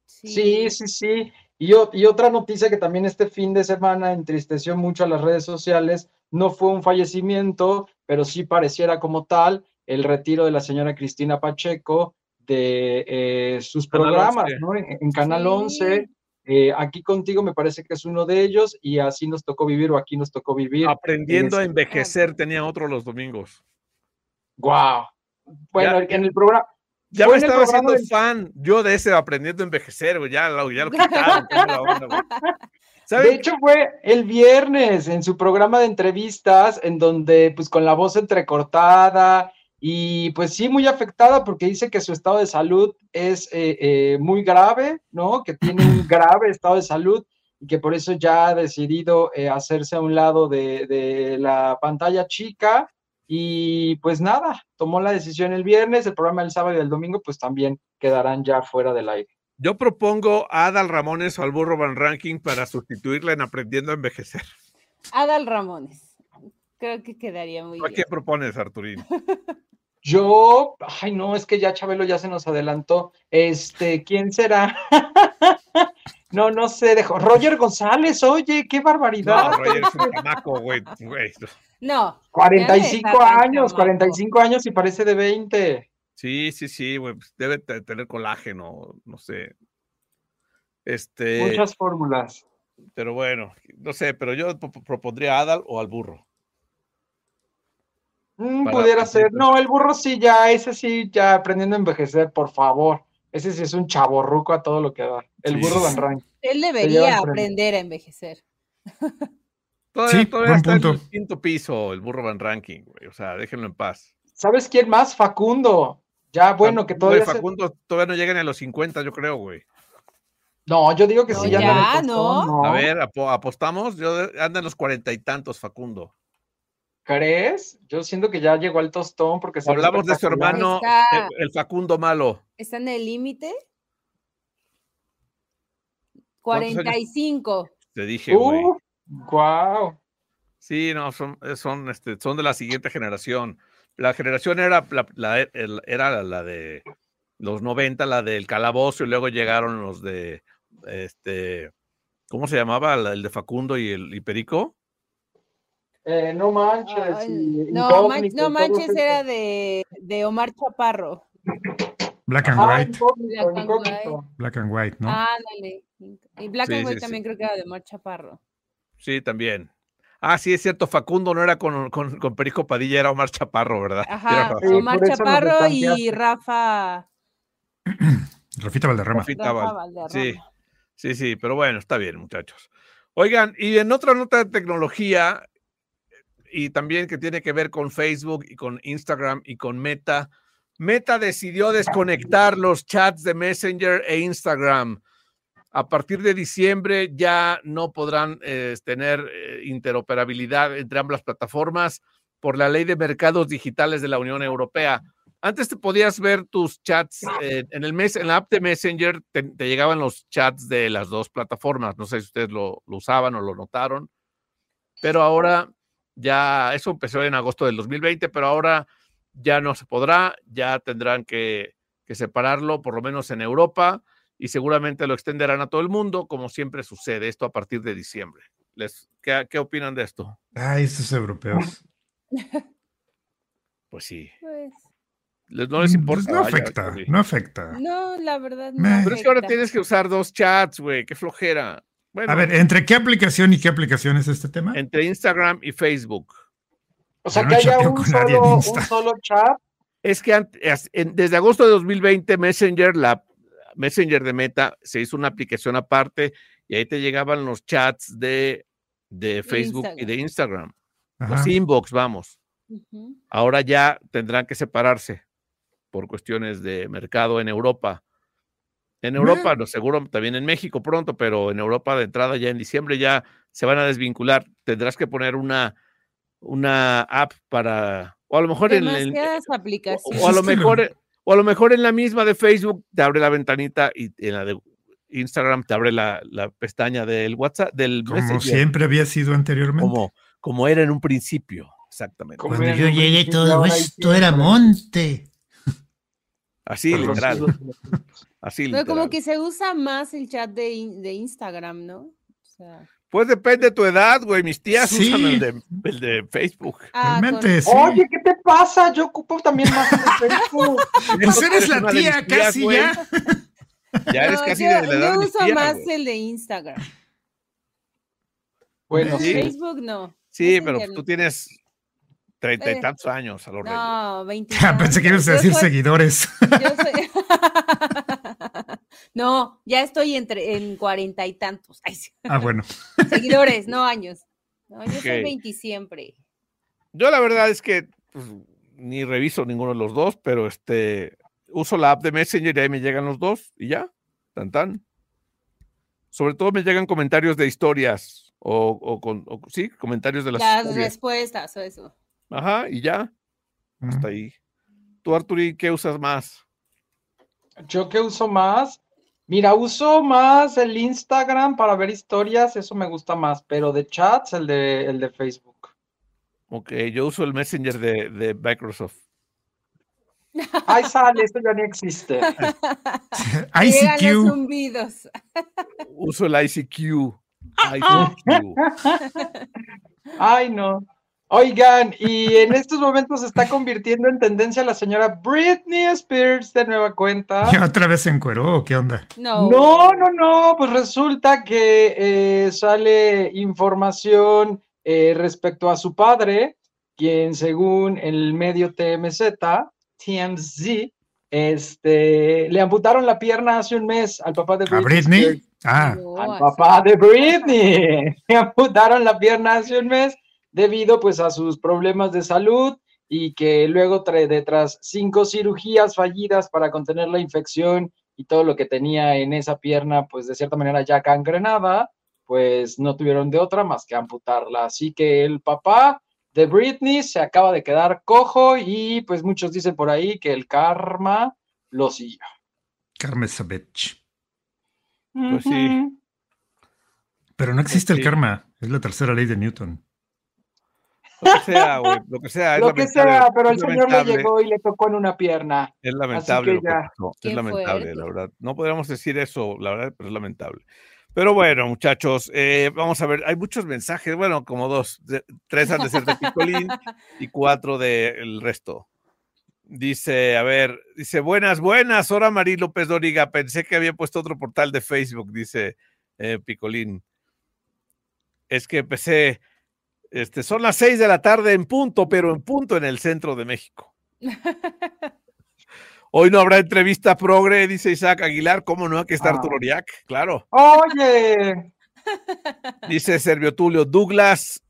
E: Sí, sí, sí. Y, o- y otra noticia que también este fin de semana entristeció mucho a las redes sociales, no fue un fallecimiento, pero sí pareciera como tal el retiro de la señora Cristina Pacheco de eh, sus
B: Canal
E: programas,
B: 11.
E: ¿no? En, en Canal
D: Sí.
E: 11. eh, aquí contigo me parece que es uno de ellos y así nos tocó vivir o aquí nos tocó vivir.
B: Ah. Aprendiendo a
E: Este-
B: envejecer, tenía otro los domingos.
E: Wow. Bueno, en el programa,
B: Ya me
E: Fue en el
B: estaba haciendo
E: programa del-
B: fan yo de ese aprendiendo a envejecer, güey. Ya lo, ya lo quitaron. qué mala onda, güey. ¿Saben?
E: [laughs] De hecho, fue el viernes en su programa de entrevistas, en donde, pues, con la voz entrecortada y, pues, sí, muy afectada, porque dice que su estado de salud es eh, eh, muy grave, ¿no? Que tiene un grave estado de salud y que por eso ya ha decidido eh, hacerse a un lado de, de la pantalla chica. Y pues nada, tomó la decisión el viernes, el programa del sábado y el domingo, pues también quedarán ya fuera del aire.
B: yo propongo a Adal Ramones o al Burro Van Ranking para sustituirla en aprendiendo a envejecer.
D: Adal Ramones. Creo que quedaría muy
B: ¿A qué
D: bien.
B: propones,
E: [laughs]
B: Arturín?
E: Yo, ay no, es que ya Chabelo ya se nos adelantó. Este, ¿quién será? [laughs] No, no sé, dejo. Roger González, oye, qué
B: No,
E: barbaridad.
B: Roger es un chamaco, güey. güey.
D: No,
E: 45
D: Ya no está tan
E: años,
D: chamaco.
E: 45 años y parece de 20.
B: Sí, sí, sí, güey. pues debe te- tener colágeno, no sé. Este,
E: Muchas fórmulas.
B: pero bueno, no sé, pero yo pro- propondría a Adal o al burro.
E: Mm,
B: Para-
E: pudiera ser. No, el burro sí, ya, ese sí, ya aprendiendo a envejecer, por favor. Ese sí es un chaborruco a todo lo que da. El
B: Sí.
E: burro Van Ranking.
D: él
E: lleva el
D: debería
E: premio.
D: aprender a envejecer.
B: Todavía,
C: Sí,
B: todavía
C: buen
B: está en
C: punto.
B: el quinto piso el Burro Van Ranking, güey. O sea, déjenlo en paz.
E: ¿Sabes quién más? Facundo. Ya, bueno, que
B: Facundo y
E: todavía. se-
B: Facundo todavía no llegan a los 50, yo creo, güey.
E: No, yo digo que sí,
B: No,
E: ya,
D: ya, ¿no?
E: no.
B: A ver, apo- apostamos. Yo de- anda en los cuarenta y tantos, Facundo.
E: ¿Crees? Yo siento que ya llegó al tostón porque se ve
B: Hablamos de su
E: espectacular.
B: hermano,
D: Está-
B: el, el Facundo malo.
D: ¿Está en el límite?
B: ¿Cuántos años?
D: 45.
B: Te dije, güey.
E: Uh, guau.
B: Sí, no, son, eh, son, este, son de la siguiente generación. La generación era la, la- e, el- era la, la de los 90, la del calabozo, y luego llegaron los de este, ¿cómo se llamaba? La- El de Facundo y el y Perico.
E: Eh, no manches.
D: Ay,
E: y
D: no, man-
E: Incógnito,
D: no
E: todo
D: manches,
E: eso.
D: era de, de Omar Chaparro.
C: Black and
E: Ah,
C: White.
E: incógnito,
D: Black and
E: incógnito.
C: Black and White, ¿no?
D: Ah. Ándale. Y Black
B: Sí,
D: and
B: sí,
D: White
B: sí.
D: también creo que era de Omar Chaparro.
B: Sí, también. Ah, sí, es cierto, Facundo no era con, con- con Perico Padilla, era Omar Chaparro, ¿verdad? [laughs] Tienes
D: Ajá,
B: razón.
E: Sí,
D: Omar
E: por eso nos
D: Chaparro y
E: tanteaste.
D: Rafa,
C: Rafita Valderrama.
B: Rafita
D: Rafa
B: Val-
D: Valderrama.
B: Sí, sí, sí, pero bueno, está bien, muchachos. Oigan, y en otra nota de tecnología, y también que tiene que ver con Facebook y con Instagram y con Meta, Meta decidió desconectar los chats de Messenger e Instagram. A partir de diciembre ya no podrán eh, tener eh, interoperabilidad entre ambas plataformas por la ley de mercados digitales de la Unión Europea. Antes te podías ver tus chats eh, en el mes, en la app de Messenger te, te llegaban los chats de las dos plataformas. No sé si ustedes lo, lo usaban o lo notaron, pero ahora ya eso empezó en agosto del 2020, pero ahora ya no se podrá, ya tendrán que, que separarlo, por lo menos en Europa, y seguramente lo extenderán a todo el mundo, como siempre sucede esto a partir de diciembre. Les, ¿qué, qué opinan de esto?
C: Ay, estos europeos.
B: Pues sí,
D: Pues,
B: les, no les
C: Mm,
B: importa.
C: pues no
B: vaya,
C: afecta,
B: sí.
C: no afecta.
D: no, la verdad no.
C: Meh.
B: Pero es que ahora
D: afecta.
B: tienes que usar dos chats, güey, qué flojera. Bueno,
C: A ver, ¿eh? ¿entre qué aplicación y qué aplicación es este tema?
B: entre Instagram y Facebook.
E: O sea,
C: Yo
E: que
C: no
E: haya
C: chateo
E: un
C: con nadie en
E: solo, un
C: Insta.
E: solo chat.
B: Es que ant- as- en- desde agosto de 2020 Messenger, la Messenger de Meta, se hizo una aplicación aparte y ahí te llegaban los chats de, de Facebook y de Instagram,
C: Ajá.
B: los inbox, vamos.
D: Ujú.
B: Ahora ya tendrán que separarse por cuestiones de mercado en Europa. En
C: Bueno.
B: Europa, no, seguro también en México pronto, pero en Europa de entrada ya en diciembre ya se van a desvincular. Tendrás que poner una, una app para, o a lo mejor en, el [laughs]
D: Demasiadas
B: o-
D: aplicaciones.
B: o a lo
C: Existe Este lo-
B: mejor o a lo mejor en la misma de Facebook te abre la ventanita y en la de Instagram te abre la, la pestaña del WhatsApp del
C: Como
B: Messenger,
C: siempre había sido anteriormente.
B: como como era en un principio exactamente
E: Como
G: Cuando
E: era
G: yo
E: en un
G: llegué,
E: principio,
G: todo
E: ahora hay
G: esto era
E: siempre.
G: monte.
B: así
C: Pero
B: literal así
D: Pero como
B: literal.
D: que se usa más el chat de, in- de Instagram, ¿no? O sea,
B: pues depende de tu edad güey mis tías usan
C: Sí.
B: el de, el de Facebook
D: ah, con-
C: Realmente sí.
E: Oye, ¿qué te pasa? Yo ocupo también más de Facebook.
C: [laughs] pues eres la
B: una de mis
C: tía,
B: tías,
C: casi
B: güey.
C: ya. [laughs]
B: ya eres
D: No,
B: casi
D: yo,
B: de la edad
D: yo
B: de mis
D: uso
B: tías,
D: más
B: güey.
D: el de Instagram.
E: Bueno,
B: Sí.
E: sí.
D: Facebook no.
B: sí
D: Messenger
B: pero
D: no.
B: tú tienes treinta y
D: Eh,
B: tantos años a lo reyes. [laughs]
D: No, 20.
C: Ah, Pensé que ibas a decir
D: seguir.
C: seguidores. [laughs]
D: [laughs] no, ya estoy entre, en cuarenta y tantos. Ay, sí.
C: Ah, bueno.
D: Seguidores, no años. No, yo soy
B: Ok.
D: 20 siempre.
B: Yo la verdad es que pues, ni reviso ninguno de los dos, pero este uso la app de Messenger y ahí me llegan los dos y ya, tan tan. Sobre todo me llegan comentarios de historias o, o con o- sí, comentarios de las
D: Las
B: historias.
D: respuestas o eso.
B: Ajá, y ya, hasta ahí. Tú Arturi, ¿qué usas más?
E: ¿Yo qué uso más? Mira, uso más el Instagram para ver historias, eso me gusta más, pero de chats, el de, el de Facebook.
B: Ok, yo uso el Messenger de, de Microsoft.
E: Ahí sale, esto ya ni existe.
D: Llegan los
C: ICQ.
D: zumbidos.
B: Uso el
E: [laughs]
B: ICQ. ICQ.
E: Ay, no. Oigan, y en estos momentos se está convirtiendo en tendencia la señora Britney Spears de
C: [laughs]
E: nueva cuenta.
C: ¿Ya otra vez se encueró o qué onda?
D: No.
E: No, no, no, pues resulta que eh, sale información eh, respecto a su padre, quien según el medio TMZ, TMZ, este, le amputaron la pierna hace un mes al papá de
C: ¿A
E: Britney
C: Britney?
E: Spears.
C: Ah,
D: No,
E: al
D: así.
E: papá de Britney. [laughs] Le amputaron la pierna hace un mes debido pues a sus problemas de salud y que luego tra- de tras cinco cirugías fallidas para contener la infección y todo lo que tenía en esa pierna pues de cierta manera ya cangrenada, pues no tuvieron de otra más que amputarla. Así que el papá de Britney se acaba de quedar cojo y pues muchos dicen por ahí que el karma lo siguió.
C: Carmen Savage.
B: Pues sí.
E: Ujú.
C: Pero no existe el
B: Sí.
C: karma, es la tercera ley de Newton.
B: Lo que sea, güey. Lo que sea. Ah, es
E: lo que
B: lamentable,
E: sea, pero
B: es
E: el señor le
B: lamentable,
E: llegó y le tocó en una pierna.
B: [laughs] Es lamentable
E: que
B: lo que
E: ya.
B: pasó,
D: Qué
B: Es lamentable,
D: fuerte.
B: la verdad. No podríamos decir eso, la verdad, pero es lamentable. Pero bueno, muchachos, eh, vamos a ver. Hay muchos mensajes. Bueno, como dos. de- tres han de ser de Picolín
D: [laughs]
B: y cuatro del resto. Dice, a ver, dice, buenas, buenas. Hora Marí López Dóriga. Pensé que había puesto otro portal de Facebook, dice eh, Picolín. Es que empecé. Este, son las seis de la tarde en punto, pero en punto en el centro de México.
C: [laughs]
B: Hoy no habrá entrevista progre, dice Isaac Aguilar. ¿Cómo no? Aquí está
E: Ah.
B: Arturo Oriac, claro.
E: Oye,
B: Dice Servio Tulio Douglas.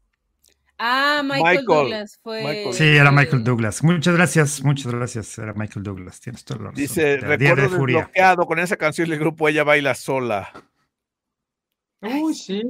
D: Ah, Michael,
B: Michael.
D: Douglas fue.
B: Michael.
C: Sí, era Michael Douglas. Muchas gracias, muchas gracias. Era Michael Douglas. Tienes toda la razón.
B: Dice,
C: De- Día de
B: recuerdo
C: furia.
B: desbloqueado con esa canción del grupo Ella Baila Sola.
E: uy, sí.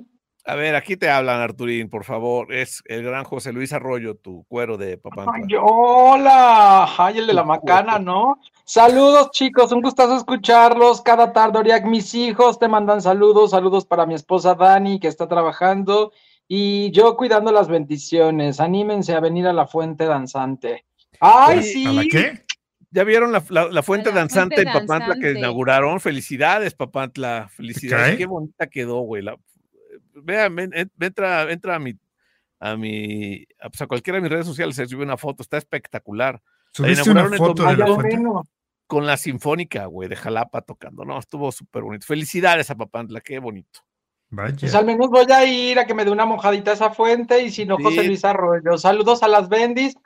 B: A ver, aquí te hablan, Arturín, por favor. Es el gran José Luis Arroyo, tu cuero de papá.
E: Ay, hola, ay, el de la macana, ¿no? Saludos, chicos, un gustazo escucharlos cada tarde. Oriac, mis hijos te mandan saludos, saludos para mi esposa Dani, que está trabajando, y yo cuidando las bendiciones. Anímense a venir a la fuente danzante. Ay, sí.
C: ¿A la qué?
B: ¿Ya vieron la, la- Ah, la fuente
D: La
B: danzante
D: fuente
B: en Papantla que
D: danzante.
B: inauguraron? Felicidades, Papantla. Felicidades.
C: Ok.
B: Qué bonita quedó, güey. La- Vean, ven- en- entra, entra a mi, a mi, a, pues, a cualquiera de mis redes sociales, se sube una foto, está espectacular.
C: Subiste una
B: inauguraron en
C: foto de
E: Ay,
C: la
E: al
C: fuente.
E: menos.
B: Con la sinfónica, güey, de Jalapa tocando. No, estuvo súper bonito. Felicidades a Papantla, qué bonito.
C: Vaya.
E: Pues al menos voy a ir a que me dé una mojadita a esa fuente y si no, José
B: Sí.
E: Luis Arroyo. Saludos a las bendis.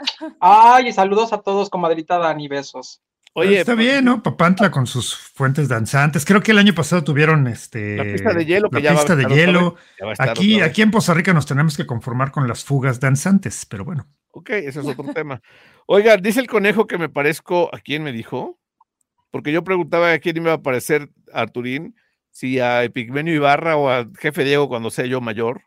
E: Ay, y saludos a todos, comadrita Dani, besos.
C: Pero
B: Oye,
C: está bien, ¿no? Papantla con sus fuentes danzantes. Creo que el año pasado tuvieron este.
B: La pista de hielo que
C: la
B: ya va a
C: pista de
B: estar otra
C: hielo.
B: ya va a estar
C: Aquí,
B: otra vez.
C: aquí en Poza Rica nos tenemos que conformar con las fugas danzantes, pero bueno.
B: Ok, ese es
E: [laughs]
B: otro tema. Oiga, dice el conejo que me parezco, ¿a quién me dijo? Porque yo preguntaba a quién me iba a parecer Arturín, si a Epigmenio Ibarra o a Jefe Diego cuando sea yo mayor.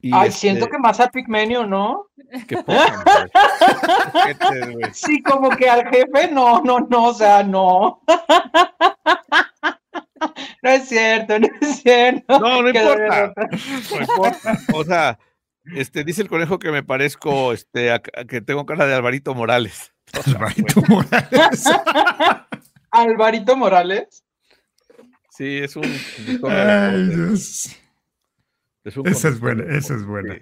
B: Y
E: Ay,
B: este,
E: siento que más a Pigmenio, ¿no?
B: qué poca, güey. Ojete,
E: [laughs]
B: güey.
E: Sí, como que al jefe, no, no, no, o sea, no. [laughs] No es cierto, no es cierto.
B: No, no
E: Qué
B: importa.
E: derrota.
B: No importa. O sea, este, dice el conejo que me parezco, este, a- a que tengo cara de Alvarito Morales. O
C: Pues,
B: sea, güey,
C: Alvarito
B: [laughs]
C: Morales.
E: Alvarito Morales.
B: Sí, es un. conductor de la
C: Ay,
B: corte.
C: Dios.
B: Es un
C: Esa es
B: conductor
C: buena,
B: de
C: esa es
B: corte,
C: buena.
B: sí.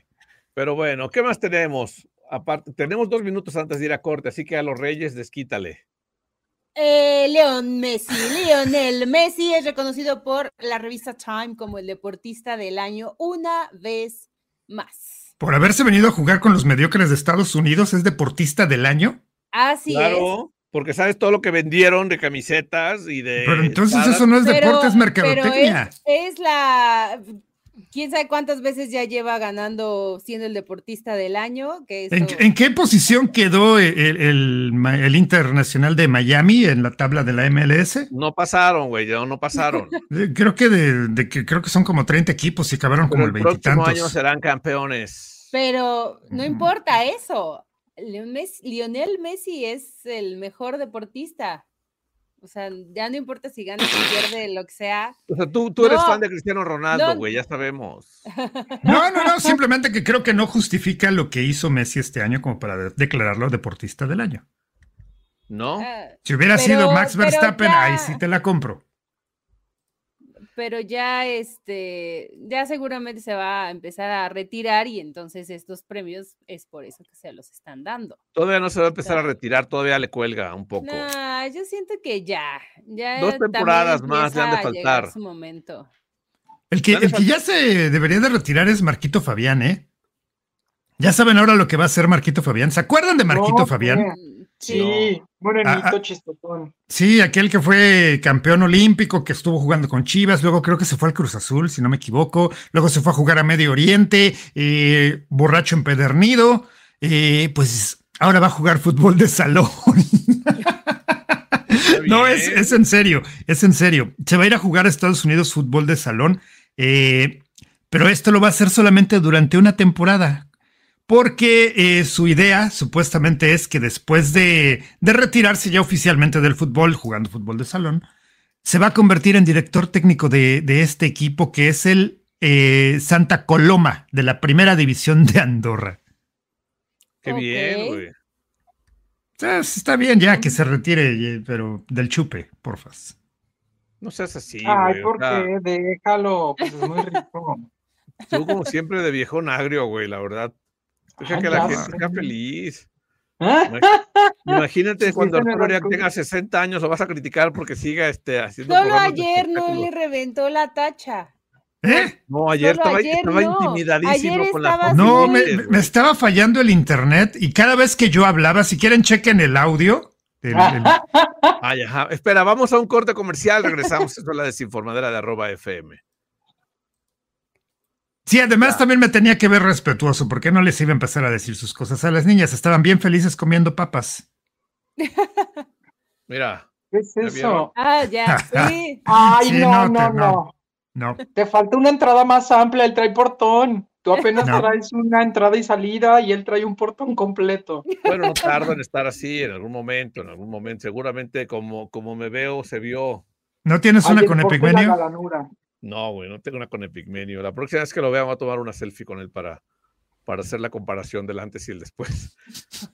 B: Pero bueno, ¿qué más tenemos? Aparte, tenemos dos minutos antes de ir a corte, así que a los Reyes desquítale.
D: Eh, León Messi. Lionel Messi es reconocido por la revista Time como el deportista del año una vez más.
C: Por haberse venido a jugar con los mediocres de Estados Unidos, es deportista del año.
D: Así es.
B: claro, porque sabes todo lo que vendieron de camisetas y de.
C: Pero entonces
B: espadas.
C: eso no es
D: Pero-
C: deporte, es
D: pero
C: mercadotecnia.
D: es, es la. Quién sabe cuántas veces ya lleva ganando siendo el deportista del año. Que
C: ¿En,
D: eso-
C: en qué posición quedó el, el- ma- el Internacional de Miami en la tabla de la MLS?
B: No pasaron, güey, no, no pasaron.
C: Eh, Creo que de, de que creo que son como 30 equipos y acabaron
B: Pero
C: [laughs] como
B: el
C: el veintitantos.
B: próximo año serán campeones.
D: Pero no
C: Ujú.
D: importa eso. Leon Mes- Lionel Messi es el mejor deportista. O sea, ya no importa si gana, si pierde, lo que sea.
B: O sea, tú, tú eres
D: No,
B: fan de Cristiano Ronaldo,
D: no.
B: güey, ya
D: [laughs]
B: sabemos.
C: No, no, no, simplemente que creo que no justifica lo que hizo Messi este año como para de- declararlo deportista del año.
B: ¿No?
D: Ah,
C: Si hubiera
D: Pero-
C: sido Max
D: pero
C: Verstappen,
D: ya-
C: ahí sí te la compro.
D: pero ya este, ya seguramente se va a empezar a retirar y entonces estos premios es por eso que se los están dando.
B: Todavía no se va a empezar a retirar, todavía le cuelga un poco.
D: Nah, yo siento que ya, ya
B: Dos
D: también
B: temporadas más le han de
D: empieza a llegar
B: faltar.
D: su momento.
C: El que, el que ya se debería de retirar es Marquito Fabián, ¿eh?
D: Mm,
C: Ya saben ahora lo que va a hacer Marquito Fabián. ¿Se acuerdan de Marquito
E: No,
C: Fabián?
E: Sí, Morenito
C: Ah, ah.
E: chistotón.
C: Sí, aquel que fue campeón olímpico, que estuvo jugando con Chivas, luego creo que se fue al Cruz Azul, si no me equivoco, luego se fue a jugar a Medio Oriente, eh, borracho empedernido, eh, pues ahora va a jugar fútbol de salón. No, es, es en serio, es en serio. Se va a ir a jugar a Estados Unidos fútbol de salón, eh, pero esto lo va a hacer solamente durante una temporada, porque eh, su idea supuestamente es que después de, de retirarse ya oficialmente del fútbol, jugando fútbol de salón, se va a convertir en director técnico de, de este equipo que es el eh, Santa Coloma de la primera división de Andorra.
B: Qué bien,
D: Ok.
B: güey.
C: O sea, Está bien ya que se retire, eh, pero del chupe, porfas.
B: No seas así.
E: Ay,
B: güey, o
E: ¿por
B: sea,
E: qué? Déjalo, pues es muy rico.
B: Tú como siempre de viejón agrio, güey, la verdad. Deja
D: Ah,
E: Ay,
B: que la
E: ya
B: gente
E: sé.
B: está feliz.
E: ¿Ah?
B: Imagínate
E: Sí,
B: cuando
E: sí, me
B: Arturo
E: lo
B: Oriac
E: escucho.
B: tenga 60 años, lo vas a criticar porque siga este, haciendo.
D: Solo
B: programas de
D: ayer no
B: espectáculos.
D: le reventó la tacha.
C: ¿Eh?
B: No, ayer
D: Solo
B: estaba,
D: ayer
B: estaba
D: no.
B: intimidadísimo
D: Ayer
B: con la
D: estaba
B: foto.
C: No,
D: sí.
C: me,
B: Ah, güey.
C: me estaba fallando el internet y cada vez que yo hablaba, si quieren chequen el audio. el- el-
B: Ay, ajá. Espera, vamos a un corte comercial, regresamos. Esto es la desinformadera de arroba FM.
C: Sí, además
B: Ah.
C: también me tenía que ver respetuoso porque no les iba a empezar a decir sus cosas a las niñas. Estaban bien felices comiendo papas.
B: Mira,
E: ¿Qué es
B: ¿Ya vieron?
E: eso?
B: [laughs]
D: Ah, ya, sí.
E: Ay,
C: Sí, no,
E: no, no,
C: te-
E: no,
C: no. No,
E: Te falta una entrada más amplia, él trae portón.
C: [laughs]
E: Tú apenas
C: No.
E: traes una entrada y salida y él trae un portón completo.
B: bueno, no tardo en estar así en algún momento, en algún momento. Seguramente como, como me veo, se vio.
C: ¿no tienes una
E: Ay,
C: con
E: el porte y la
C: Epigmenio?
E: galanura.
B: No, güey, no tengo una con Epigmenio. La próxima vez que lo vea, voy a tomar una selfie con él para, para hacer la comparación del antes y el después.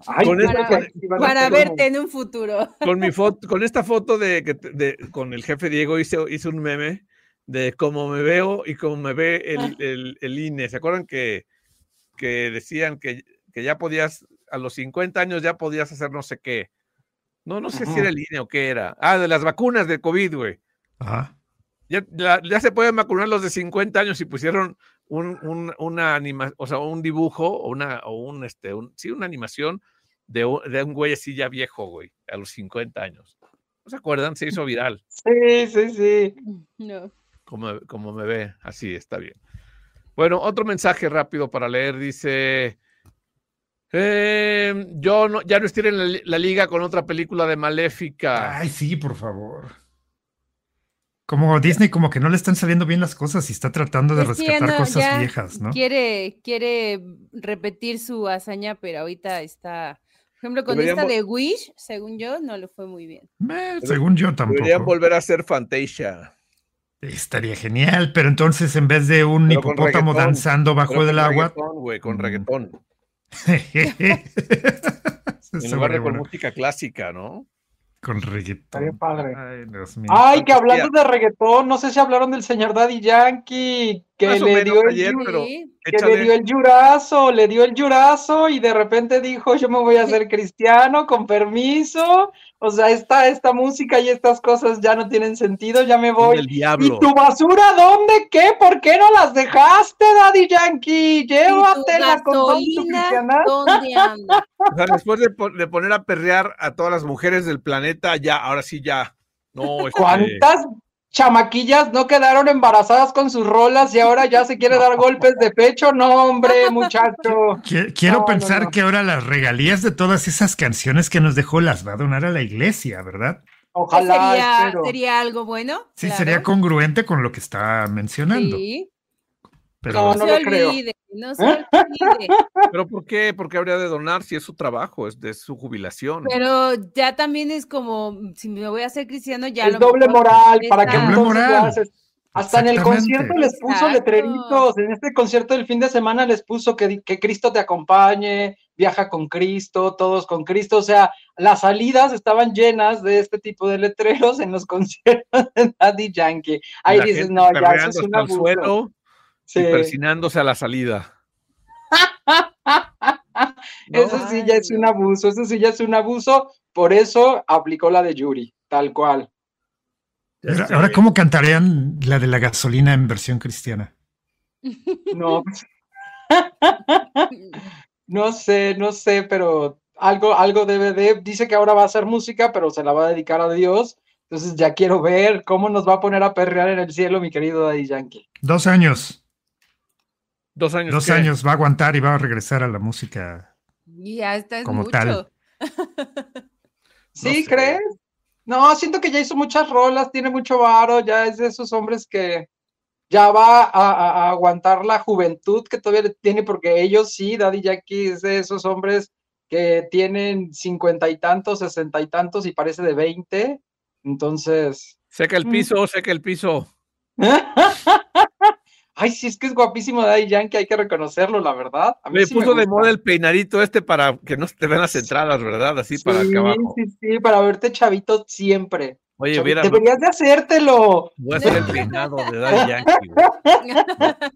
E: Ay,
B: Con
E: claro
B: esto-
E: que aquí van a
D: Para
E: hacer
D: verte en un futuro.
B: con mi foto, con esta foto de, que te- de- con el jefe Diego hice, hice un meme de cómo me veo y cómo me ve el, el- el INE. ¿Se acuerdan que, que decían que, que ya podías, a los 50 años ya podías hacer no sé qué? No, no sé si
E: Ajá.
B: era el INE o qué era. Ah, de las vacunas de COVID, güey.
C: Ajá.
B: Ya, la- ya se pueden vacunar los de 50 años y pusieron un, un- una anima, o sea, un dibujo o una, o un, este, un- sí, una animación de un, de un güey así ya viejo, güey, a los 50 años. ¿No se acuerdan? Se hizo viral.
E: Sí, sí, sí.
D: [laughs] No.
B: Como, como me ve, así está bien. Bueno, otro mensaje rápido para leer. Dice, em, yo no, ya no estoy en la, li- la liga con otra película de Maléfica.
C: Ay, sí, por favor. Como Disney, como que no le están saliendo bien las cosas y está tratando de
D: Pues sí,
C: rescatar
D: no,
C: cosas
D: ya
C: viejas, ¿no?
D: Quiere, quiere repetir su hazaña, pero ahorita está. Por ejemplo, con esta
B: Deberíamos-
D: de Wish, según yo, no le fue muy bien.
C: Eh, según yo
B: Deberían
C: tampoco.
B: volver a ser Fantasia.
C: Estaría genial, pero entonces en vez de un
B: Pero con
C: hipopótamo
B: reggaetón,
C: danzando
B: Pero
C: bajo
B: con
C: el agua,
B: reggaetón, güey, con
C: Mm.
B: reggaetón.
C: [laughs]
B: En
C: en
B: lugar de con música clásica, ¿no?
C: Con
E: Estaría
C: reggaetón.
E: padre. Ah,
C: Ay, Dios mío.
E: Ay, que
B: Fantasía.
E: hablando de reggaetón, no sé si hablaron del señor Daddy Yankee, que
B: Más o
E: le
B: menos
E: dio el
B: ayer,
E: yu-
B: pero
D: Sí.
E: que
B: échale.
E: le dio el yurazo, le dio el yurazo y de repente dijo, yo me voy a hacer cristiano, con permiso. O sea, esta, esta música y estas cosas ya no tienen sentido, ya me voy.
B: el diablo.
E: ¿Y tu basura dónde? ¿Qué? ¿Por qué no las dejaste, Daddy Yankee?
D: ¿Y tu
E: Llévatela con todo tu
D: gasolina,
E: cristianazo.
D: ¿dónde anda?
B: O sea, después de, po- de poner a perrear a todas las mujeres del planeta, ya, ahora sí ya. No, este,
E: ¿Cuántas chamaquillas no quedaron embarazadas con sus rolas y ahora ya se quiere dar golpes de pecho?
D: [laughs]
E: No, hombre, muchacho.
C: Qui- Quiero
E: No, no,
C: pensar
E: no.
C: que ahora las regalías de todas esas canciones que nos dejó las va a donar a la iglesia, ¿verdad?
E: [laughs] Ojalá.
D: sería,
E: espero.
D: sería algo bueno?
C: Sí,
D: Claro.
C: sería congruente con lo que está mencionando.
D: Sí.
C: Pero
E: No, no.
D: se
E: lo creo. ¿Eh?
D: olvide, no se olvide.
B: pero ¿por qué? ¿Por qué habría de donar si es su trabajo, es de su jubilación?
D: Pero ya también es como, si me voy a hacer cristiano, ya
E: es
D: lo
E: doble
D: mejor
E: moral,
D: es
E: ¿para qué
D: la-
C: Doble
E: entonces lo
C: moral.
E: haces? Hasta en el
C: Exactamente.
E: concierto les puso
D: Exacto.
E: letreritos, en este concierto del fin de semana les puso que, que Cristo te acompañe, viaja con Cristo, todos con Cristo, o sea, las salidas estaban llenas de este tipo de letreros en los [laughs] conciertos de Daddy Yankee. Ahí
B: La
E: dices,
B: gente
E: no, ya
B: perreando
E: eso es un
B: hasta el
E: abuso.
B: suelo y
E: Sí.
B: persinándose a la salida. No,
E: [laughs] Eso sí ya es un abuso, eso sí ya es un abuso, por eso aplicó la de Yuri, tal cual.
B: ya
C: ahora-
E: este,
B: está
C: ahora,
B: bien.
C: ¿cómo cantarían la de la gasolina en versión cristiana?
E: [laughs] No, no sé, no sé, pero algo, algo debe de, dice que ahora va a hacer música, pero se la va a dedicar a Dios. Entonces ya quiero ver cómo nos va a poner a perrear en el cielo, mi querido Daddy Yankee.
C: Dos años.
B: Dos años.
C: Dos
B: ¿qué?
C: años va a aguantar y va a regresar a la música
D: Y ya está es
C: como
D: mucho.
C: tal.
E: ¿Sí
C: sé.
E: crees? No, siento que ya hizo muchas rolas, tiene mucho varo, ya es de esos hombres que ya va a, a- a aguantar la juventud que todavía le tiene, porque ellos sí, Daddy Yankee es de esos hombres que tienen cincuenta y tantos, sesenta y tantos y parece de veinte. Entonces,
B: Seca el
E: Mm.
B: piso, seca el piso.
E: ay, sí, es que es guapísimo Daddy Yankee, hay que reconocerlo, la verdad. A mí
B: Me
E: sí
B: puso de
E: gusta.
B: moda el peinadito este para que no se te vean las entradas, ¿verdad? Así para
E: sí,
B: acá abajo.
E: Sí, sí, para verte chavito siempre.
B: Oye,
E: Chavi-
B: hubiera,
E: Deberías de hacértelo.
B: voy a hacer el peinado de Daddy Yankee,
E: [laughs]
B: güey,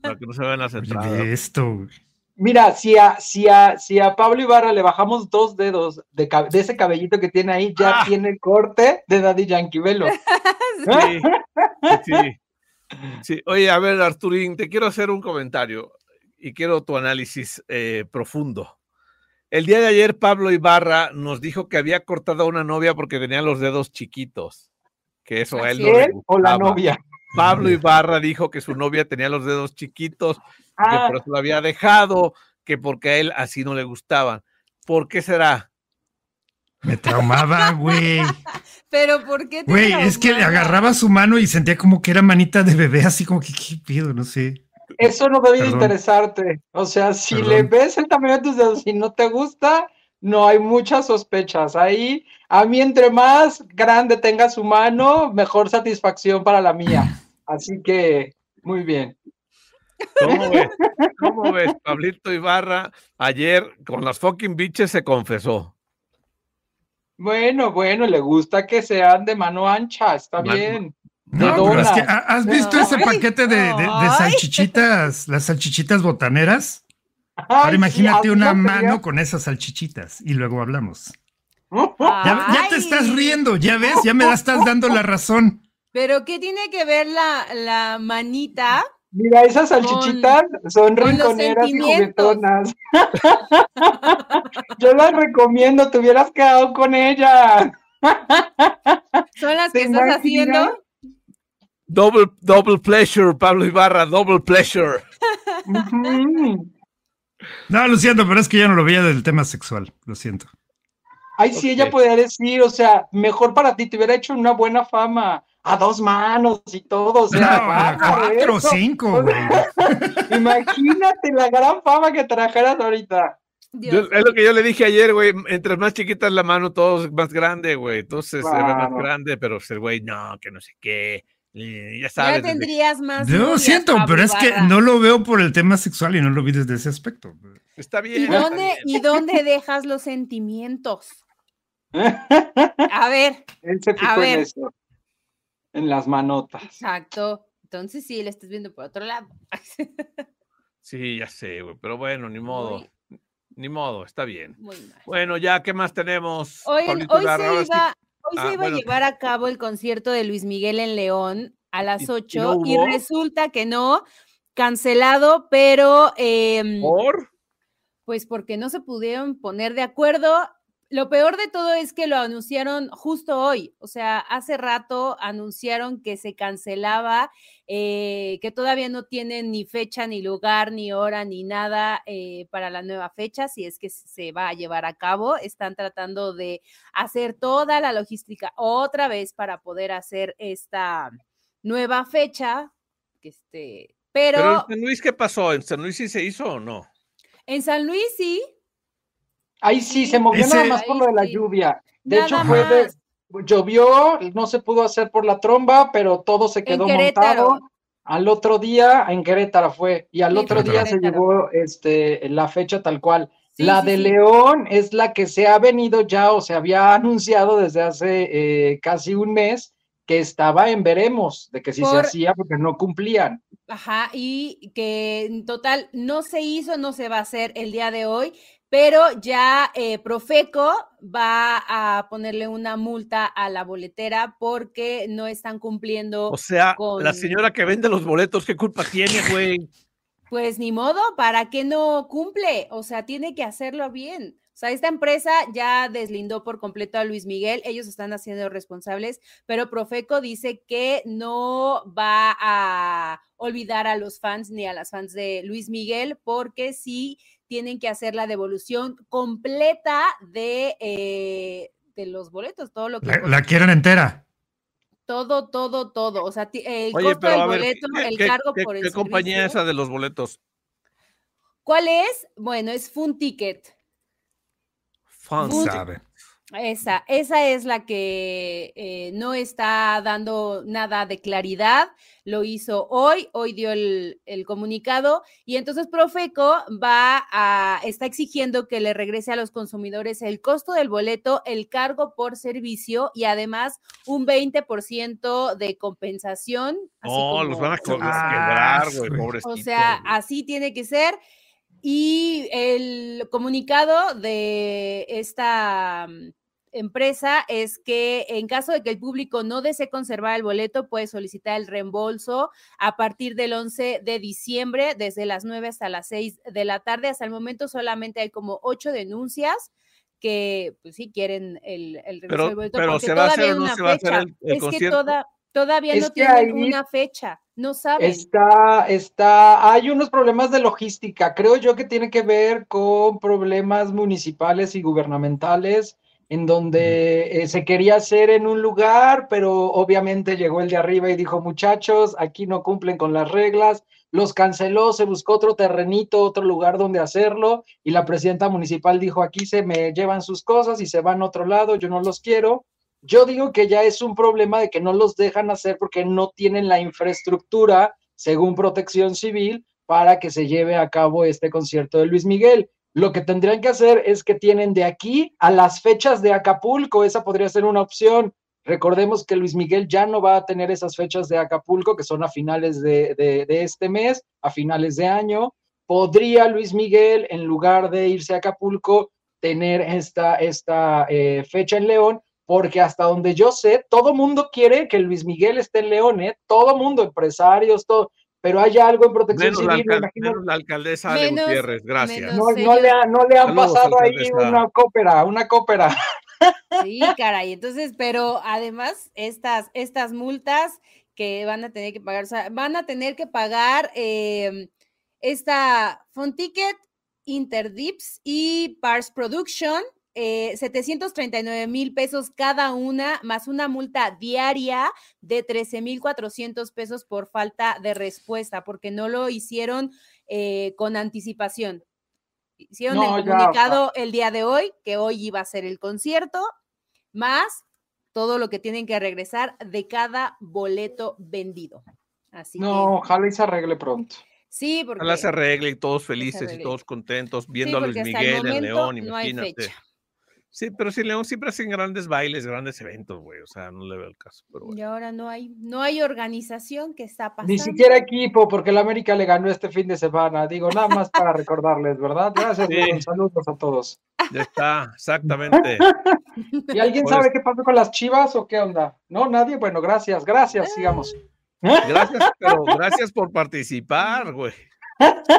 B: para que no se vean las
C: Oye,
B: entradas.
C: ve esto. güey.
E: Mira, si a, si, a, si a Pablo Ibarra le bajamos dos dedos de, cab- de ese cabellito que tiene ahí, ya
B: Ah.
E: tiene el corte de Daddy Yankee Velo.
B: Sí, sí, sí. Oye, a ver, Arturín, te quiero hacer un comentario y quiero tu análisis eh, profundo. El día de ayer, Pablo Ibarra nos dijo que había cortado a una novia porque tenía los dedos chiquitos. Que eso a él no le
E: ¿Él o la
B: gustaba.
E: novia?
B: Pablo Ibarra dijo que su novia tenía los dedos chiquitos, que
E: Ah,
B: por eso lo había dejado, que porque a él así no le gustaban. ¿Por qué será?
C: Me traumaba, güey.
D: [laughs] Pero ¿por qué te
C: Güey, es que le
D: traumaba?
C: agarraba su mano y sentía como que era manita de bebé, así como que, ¿qué pido? No sé.
E: eso no debe de
C: Perdón.
E: interesarte. O sea, si
C: Perdón.
E: le ves el tamaño de tus dedos y no te gusta, no hay muchas sospechas. Ahí, a mí, entre más grande tenga su mano, mejor satisfacción para la mía. Así que, muy bien.
B: ¿Cómo ves? ¿Cómo ves? Pablito Ibarra ayer con las fucking bitches se confesó.
E: Bueno, bueno, le gusta que sean de mano ancha, está
B: Man-
E: bien.
C: No,
E: Madonna.
C: pero es que, ¿ha- ¿has visto ese
D: Ay,
C: paquete de, de- de
D: ay.
C: salchichitas, las salchichitas botaneras? Ahora
E: Ay, sí, ah,
C: imagínate
E: así
C: una
E: lo quería.
C: mano con esas salchichitas y luego hablamos. Ya, ya te
D: Ay,
C: estás riendo, ya ves, ya me la estás dando la razón.
D: Pero ¿qué tiene que ver la, la manita?
E: Mira, esas salchichitas son
D: con los
E: rinconeras y
D: sentimientos.
E: juguetonas. [laughs] Yo las recomiendo, te hubieras quedado con ella.
D: ¿Son las que
E: ¿Te
D: estás
E: imaginas?
D: haciendo?
B: Double, double pleasure, Pablo Ibarra, double pleasure.
E: Ujú.
C: No, lo siento, pero es que ya no lo veía del tema sexual, lo siento.
E: Ay, sí, ella
B: Ok.
E: podría decir, o sea, mejor para ti, te hubiera hecho una buena fama a dos manos y todo, o
C: No,
E: [laughs] sea,
C: a
E: bárbaro
C: cuatro o
E: eso.
C: cinco, güey.
E: [laughs] Imagínate la gran fama que trajeras ahorita.
B: Yo-
D: Dios.
B: es lo que yo le dije ayer, güey. Entre más chiquita es la mano, todo es más grande, güey. Entonces se ve más
E: Claro.
B: grande, pero pues, el güey, no, que no sé qué. Y ya
D: Ya
B: sabes. desde-
D: tendrías más.
C: Yo lo
D: novias,
C: siento,
D: Pablo
C: pero es que
D: Ibarra.
C: no lo veo por el tema sexual y no lo vi desde ese aspecto.
B: Está bien.
D: ¿Y
B: está
D: dónde,
B: bien.
D: ¿Y dónde dejas los sentimientos? A ver,
E: Él se fijó en
D: ver.
E: eso. En las manotas.
D: exacto. Entonces sí, la estás viendo por otro lado. [laughs]
B: Sí, ya sé, güey. Pero bueno, ni modo.
D: Muy-
B: Ni modo, está bien.
D: Muy mal.
B: Bueno, ya, ¿qué más tenemos?
D: Oigan,
B: Pablito
D: hoy
B: Ibarra?
D: se
B: Ahora sí,
D: iba, hoy
B: Ah,
D: se iba
B: bueno.
D: a llevar a cabo el concierto de Luis Miguel en León a
B: ¿Y- y
D: las
B: no
D: 8 y,
B: hubo?
D: resulta que no, cancelado, pero em,
B: ¿Por?
D: pues porque no se pudieron poner de acuerdo. Lo peor de todo es que lo anunciaron justo hoy, o sea, hace rato anunciaron que se cancelaba, eh, que todavía no tienen ni fecha, ni lugar, ni hora, ni nada eh, para la nueva fecha, si es que se va a llevar a cabo. Están tratando de hacer toda la logística otra vez para poder hacer esta nueva fecha, que este,
B: Pero
D: pero
B: en San Luis, ¿qué pasó? ¿En San Luis sí se hizo o no?
D: en San Luis sí.
E: Ahí sí, se movió nada
C: Ese-
E: más por lo de la
D: Ahí sí.
E: lluvia. De
D: Nada
E: hecho, fue de,
D: más.
E: llovió, no se pudo hacer por la tromba, pero todo se quedó
D: Querétaro.
E: montado. Al otro día, en Querétaro fue, y al
D: Sí,
E: otro
C: fue en
E: día se
D: Querétaro.
E: llegó este, la fecha tal cual.
D: Sí,
E: la
D: sí,
E: de
D: sí.
E: León es la que se ha venido ya o se había anunciado desde hace eh, casi un mes que estaba en veremos, de que si se
D: Por-
E: hacía porque no cumplían.
D: Ajá, y que en total no se hizo, no se va a hacer el día de hoy, pero ya eh, Profeco va a ponerle una multa a la boletera porque no están cumpliendo.
B: O sea, la
D: con- [laughs]
B: señora que vende los boletos, ¿qué culpa tiene, güey?
D: pues ni modo, ¿para qué no cumple? O sea, tiene que hacerlo bien. O sea, esta empresa ya deslindó por completo a Luis Miguel, ellos están haciendo responsables, pero Profeco dice que no va a olvidar a los fans ni a las fans de Luis Miguel porque sí tienen que hacer la devolución completa de, eh, de los boletos, todo lo que...
C: La, la quieren entera
D: todo, todo, todo. O sea, el Oye, costo del boleto, ver, el cargo
B: ¿qué,
D: por el
B: ¿Qué
D: servicio?
B: compañía es esa de los boletos?
D: ¿Cuál es? Bueno, es Fun Ticket.
B: Fun
D: Fun-
C: Sabe.
D: Esa, esa es la que eh, no está dando nada de claridad. Lo hizo hoy, hoy dio el, el comunicado y entonces Profeco va a, está exigiendo que le regrese a los consumidores el costo del boleto, el cargo por servicio y además un 20% de compensación. así
B: No, Oh, los
D: como-
B: van a co- los
C: Ah,
B: quebrar, güey,
C: güey.
B: pobrecito.
D: o sea,
B: güey.
D: así tiene que ser. Y el comunicado de esta mm, empresa es que en caso de que el público no desee conservar el boleto, puede solicitar el reembolso a partir del 11 de diciembre, desde las 9 hasta las 6 de la tarde. Hasta el momento solamente hay como ocho denuncias que, pues sí, quieren el, el regreso
B: Pero-
D: del boleto.
B: pero
D: porque
B: ¿se va a hacer
D: todavía
B: o no
D: hay una
B: se va a hacer
D: fecha.
B: el- el
D: es que
B: concierto?
D: toda- todavía
E: Es
D: no
E: que
D: tienen
E: ahí-
D: una fecha, no saben.
E: Está, está, hay unos problemas de logística, creo yo que tiene que ver con problemas municipales y gubernamentales, en donde eh, se quería hacer en un lugar, pero obviamente llegó el de arriba y dijo, muchachos, aquí no cumplen con las reglas, los canceló, se buscó otro terrenito, otro lugar donde hacerlo, y la presidenta municipal dijo, aquí se me llevan sus cosas y se van a otro lado, yo no los quiero. Yo digo que ya es un problema de que no los dejan hacer porque no tienen la infraestructura, según Protección Civil, para que se lleve a cabo este concierto de Luis Miguel. Lo que tendrían que hacer es que tienen de aquí a las fechas de Acapulco, esa podría ser una opción. Recordemos que Luis Miguel ya no va a tener esas fechas de Acapulco, que son a finales de, de- de este mes, a finales de año. Podría Luis Miguel, en lugar de irse a Acapulco, tener esta, esta eh, fecha en León porque hasta donde yo sé, todo mundo quiere que Luis Miguel esté en León, ¿eh? todo mundo, empresarios, todo, pero hay algo en protección
B: Menos la,
E: civil, me
B: alcal-
E: imagino,
B: menos la alcaldesa Ale
D: Menos-
B: Gutiérrez, gracias.
D: menos-
E: no, no le, ha- no le han
B: Saludos,
E: pasado ahí
B: alcaldesa.
E: una cópera, una cópera. [laughs]
D: Sí, caray. Entonces, pero además, estas, estas multas que van a tener que pagar, o sea, van a tener que pagar eh, esta Fonticket, Interdips y Pars Production, eh, 739 mil pesos cada una, más una multa diaria de 13 mil 400 pesos por falta de respuesta, porque no lo hicieron eh, con anticipación. Hicieron
E: No,
D: el
E: ya,
D: comunicado el día de hoy, que hoy iba a ser el concierto, más todo lo que tienen que regresar de cada boleto vendido. Así
E: No,
D: que
E: ojalá y se arregle pronto.
D: sí, porque,
B: Ojalá se arregle y todos felices y
D: arregle.
B: todos contentos
D: sí,
B: viendo a Luis
D: porque hasta el
B: Miguel en
D: momento
B: León,
D: no hay
B: imagínate.
D: fecha.
B: Sí, pero sí, en León siempre hacen grandes bailes, grandes eventos, güey. O sea, no le veo el caso. Pero bueno.
D: Y ahora no hay, no hay organización que está pasando.
E: Ni siquiera [laughs] equipo, porque el América le ganó este fin de semana. Digo, nada más para [laughs] recordarles, ¿verdad? Gracias,
B: Sí.
E: León, saludos a todos.
B: Ya
E: [laughs]
B: está, exactamente.
E: ¿Y alguien
B: Pues-
E: sabe qué pasó con las chivas o qué onda? No, nadie. Bueno, gracias,
D: Eh.
E: gracias, sigamos.
B: Gracias, pero gracias por participar, güey.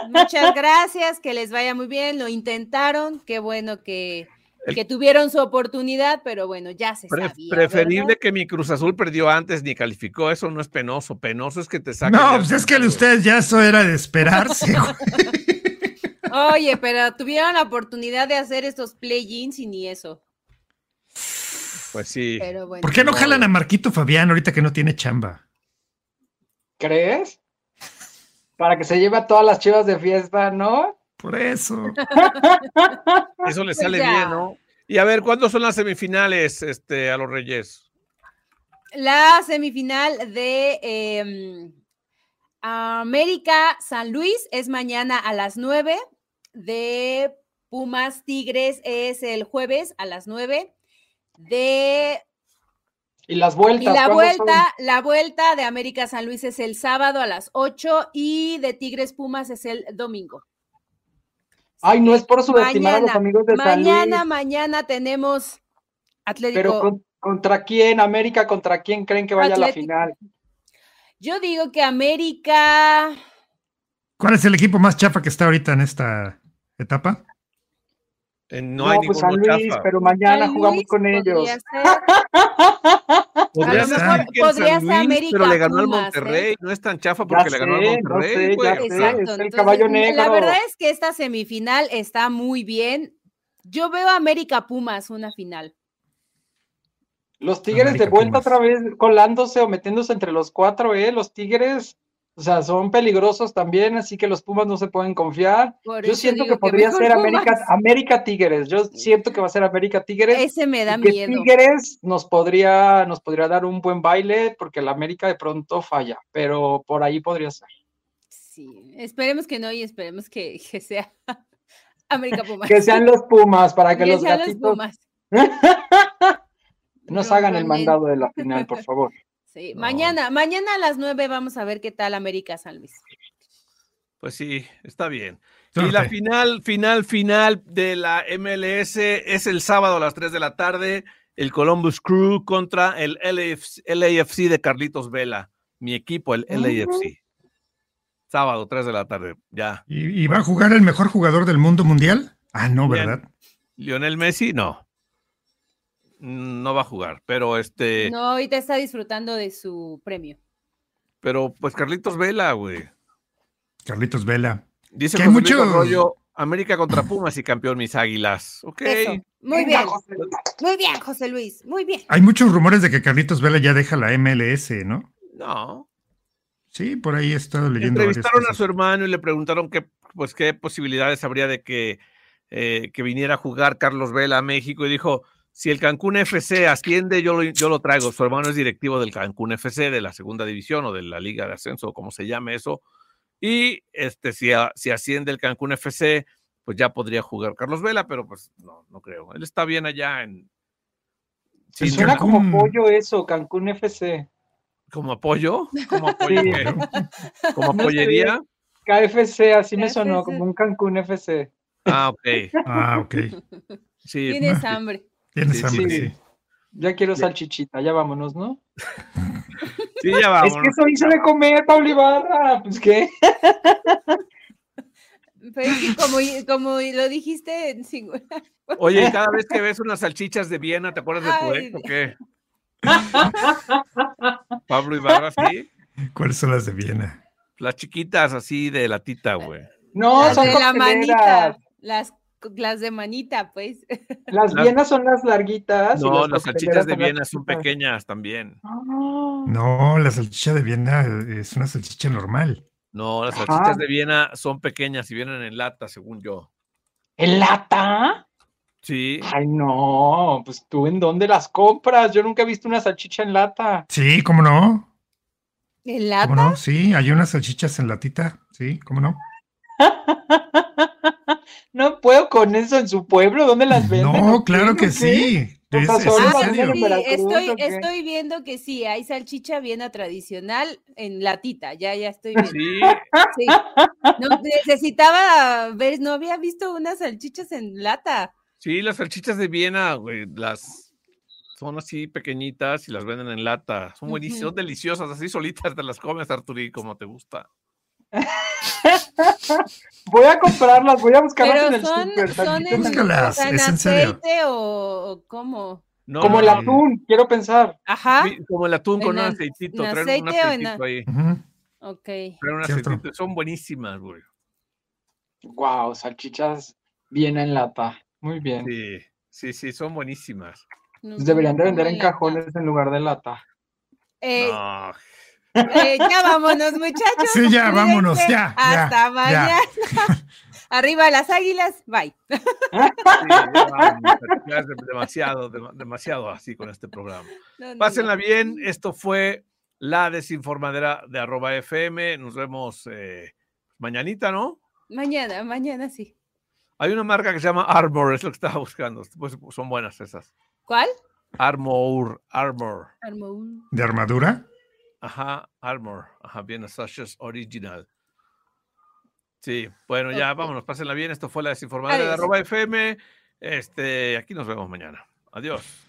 D: Muchas gracias, que les vaya muy bien, lo intentaron, qué bueno que,
B: El-
D: que tuvieron su oportunidad, pero bueno, ya se
B: Pre-
D: sabía.
B: preferible
D: ¿verdad?
B: que mi Cruz Azul perdió antes ni calificó. Eso no es penoso. Penoso es que te saquen.
C: No,
B: de-
C: pues es que ustedes ya eso era de esperarse. güey.
D: Oye, pero tuvieron la oportunidad de hacer estos play-ins y ni eso.
B: Pues sí.
D: Pero bueno.
C: ¿Por qué no jalan a Marquito Fabián ahorita que no tiene chamba?
E: ¿Crees? Para que se lleve a todas las chivas de fiesta, ¿no?
C: Por eso.
B: Eso le
D: Pues
B: sale
D: ya.
B: bien, ¿no? Y a ver, ¿cuándo son las semifinales este, a los Reyes?
D: La semifinal de em, América San Luis es mañana a las 9. De Pumas Tigres es el jueves a las 9. De
E: Y las
D: y la
E: vueltas. ¿cuándo son?
D: vuelta, la vuelta de América San Luis es el sábado a las 8 y de Tigres Pumas es el domingo.
E: Ay, no es por subestimar a los
D: Mañana,
E: amigos de San Luis,
D: Mañana, mañana tenemos Atlético.
E: pero con- ¿contra quién? América, ¿contra quién creen que vaya a la
D: Atlético.
E: final?
D: Yo digo que América
C: ¿Cuál es el equipo más chafa que está ahorita en esta etapa?
B: Eh, no, hay
E: pues
B: ninguno
E: San Luis,
B: chafa.
E: pero mañana
D: San
E: jugamos
D: Luis
E: con ellos.
D: podría ser-
B: Podría
C: a lo
B: ser
C: mejor
B: que en San
D: podría ser
B: Luis,
D: América
B: pero le ganó al
D: Pumas, ¿eh?
B: Monterrey. No es tan chafa
E: Ya
B: porque le ganó al
E: sé, no
B: Monterrey.
E: sé, ya
B: güey.
E: sé.
D: Exacto.
E: es el
D: entonces,
E: caballo
D: La
E: negro.
D: verdad es que esta semifinal está muy bien. Yo veo a América Pumas una final.
E: Los Tigres de
C: América
E: vuelta
C: Pumas.
E: otra vez colándose o metiéndose entre los cuatro, ¿eh? Los Tigres, o sea, son peligrosos también, así que los Pumas no se pueden confiar.
D: Por
E: Yo
D: eso
E: siento
D: digo
E: que podría
D: mejor
E: ser
D: Pumas.
E: América,
D: [laughs]
E: América Tigres. Yo siento que va a ser América Tigres.
D: Ese me da
E: y que
D: miedo.
E: Tigres nos podría, nos podría dar un buen baile porque la América de pronto falla, pero por ahí podría ser.
D: Sí, esperemos que no y esperemos que, que sea [laughs] América Pumas. [laughs]
E: Que sean los Pumas para que,
D: Que
E: los
D: sean
E: gatitos
D: Pumas.
E: [laughs] nos hagan el
D: Probablemente.
E: mandado de la final, por favor.
D: Sí,
B: No.
D: mañana, mañana a las 9 vamos a ver qué tal América San Luis.
B: Pues sí, está bien.
C: Ok.
B: Y la final, final, final de la MLS es el sábado a las 3 de la tarde, el Columbus Crew contra el LAFC, LAFC de Carlitos Vela, mi equipo, el LAFC. Sábado, 3 de la tarde, ya.
C: ¿Y, y va a jugar el mejor jugador del mundo mundial? Ah, no, ¿verdad?
B: Lionel Messi, no. Mm, No va a jugar, pero este,
D: No, ahorita está disfrutando de su premio.
B: pero pues Carlitos Vela, güey.
C: Carlitos Vela.
B: Dice
C: Que
B: que
C: hay mucho-
B: rollo América contra Pumas y campeón mis águilas. Ok.
D: Eso. Muy
E: Venga,
D: bien,
E: José.
D: muy bien, José Luis, muy bien.
C: Hay muchos rumores de que Carlitos Vela ya deja la MLS, ¿no?
B: No.
C: Sí, por ahí he estado leyendo. varias
B: Entrevistaron a
C: cosas.
B: su hermano y le preguntaron qué, pues, qué posibilidades habría de que, eh, que viniera a jugar Carlos Vela a México y dijo, si el Cancún FC asciende, yo lo, yo lo traigo. Su hermano es directivo del Cancún FC, de la segunda división o de la Liga de Ascenso, o como se llame eso. Y este, si, a- si asciende el Cancún FC, pues ya podría jugar Carlos Vela, pero pues no, no creo. Él está bien allá en...
E: Sí,
B: sin-
C: En
E: Pues suena como
C: Cancún.
E: pollo eso, Cancún FC.
B: como apoyo, como apoyo,
E: [laughs]
B: ¿qué? como
E: No sé.
B: apoyería.
E: KFC, así me sonó,
D: KFC.
E: como un Cancún FC.
B: Ah, ok.
C: Ah, ok.
B: Sí,
D: Tienes hambre.
C: Tienes
B: Sí,
C: hambre,
E: sí.
C: sí.
E: Ya quiero salchichita, ya vámonos, ¿no?
B: sí, ya vamos.
E: [laughs] Es que eso hice de comer, Pablo Ibarra. Pues qué.
D: Pero es que como, como lo dijiste en singular.
E: [laughs]
B: Oye, y cada vez que ves unas salchichas de Viena, ¿te acuerdas de tu
D: Ay,
B: ex o qué?
E: [laughs]
B: Pablo Ibarra, sí.
C: ¿Cuáles son las de Viena?
B: Las chiquitas así de latita, güey.
E: No,
D: las
E: son
D: de la
E: cocteleras.
D: manita, las, las de manita, pues. [laughs]
E: Las
B: Las-
E: vienas son las larguitas. y
B: No, las
E: cocteleras
B: salchichas de
E: son Ah, las
B: Viena son
E: chiquitas.
B: pequeñas también.
E: Ah.
C: No, la salchicha de Viena es una salchicha normal.
B: No, las
E: Ajá.
B: salchichas de Viena son pequeñas y vienen en lata, según yo.
E: ¿En lata?
B: Sí.
E: Ay, no, pues tú en dónde las compras. Yo nunca he visto una salchicha en lata. [laughs]
C: Sí, ¿cómo no?
D: ¿En
C: ¿Cómo
D: lata?
C: no? Sí, hay unas salchichas en latita. Sí, ¿cómo no?
E: no puedo con eso en su pueblo. ¿Dónde las venden?
C: No,
E: ¿O qué?
C: claro que
E: ¿O qué?
C: sí.
E: O
C: Es,
E: sea,
C: es
E: solo
C: en
E: la
D: Ah,
C: serio.
E: venden
D: sí,
E: en Veracruz,
D: estoy,
E: ¿o qué?
D: estoy viendo que sí, hay salchicha viena tradicional en latita, ya, ya estoy viendo.
C: Ah,
B: Sí,
D: sí. No, necesitaba ver, no había visto unas salchichas en lata.
B: sí, las salchichas de Viena, güey, las son así pequeñitas y las venden en lata. Son buenísimas,
D: Ujú.
B: son deliciosas, así solitas te las comes, Arturi, como te gusta.
E: Voy a comprarlas, voy a buscarlas en
D: Pero
E: el
D: son,
E: súper,
D: son
E: tantito
D: en,
E: en el-
C: Búscalas,
D: o sea, en
C: es en serio.
D: aceite o, o cómo.
B: No,
E: Como
B: no,
E: el
B: no.
E: atún, quiero pensar.
D: Ajá,
B: Sí, como el atún con
D: Ah, En
B: un
D: a-
B: aceitito,
D: en
B: traen un
D: aceite o en
B: aceitito ahí.
C: Ujú.
D: ok.
B: traen un
C: Cierto.
B: aceitito, Son buenísimas, güey.
E: Wow, salchichas bien en lata. Muy bien.
B: Sí, sí, sí, son buenísimas.
D: No,
E: Pues Deberían de
D: no,
E: vender en
D: lata.
E: cajones en lugar de lata.
D: Eh,
B: No,
D: eh, ya vámonos, muchachos.
C: Sí, ya,
D: cuídense.
C: vámonos, ya, ya,
D: Hasta mañana. [laughs] Arriba las águilas, bye.
B: sí, ya vamos, ya es de- demasiado, dema- demasiado así con este programa.
D: No, no,
B: Pásenla
D: no.
B: bien, esto fue La Desinformadera de arroba FM. Nos vemos eh, mañanita, ¿no?
D: Mañana, mañana sí.
B: Hay una marca que se llama Armor, es lo que estaba buscando. Pues son buenas esas.
D: ¿Cuál?
B: Armor, Armor.
D: Armour.
C: ¿De armadura?
B: Ajá, Armor. Ajá, bien, Asociates Original. Sí, bueno, ya
D: Ok.
B: vámonos, pásenla bien. Esto fue la desinformada de
D: Adiós.
B: arroba FM. Este, aquí nos vemos mañana. Adiós.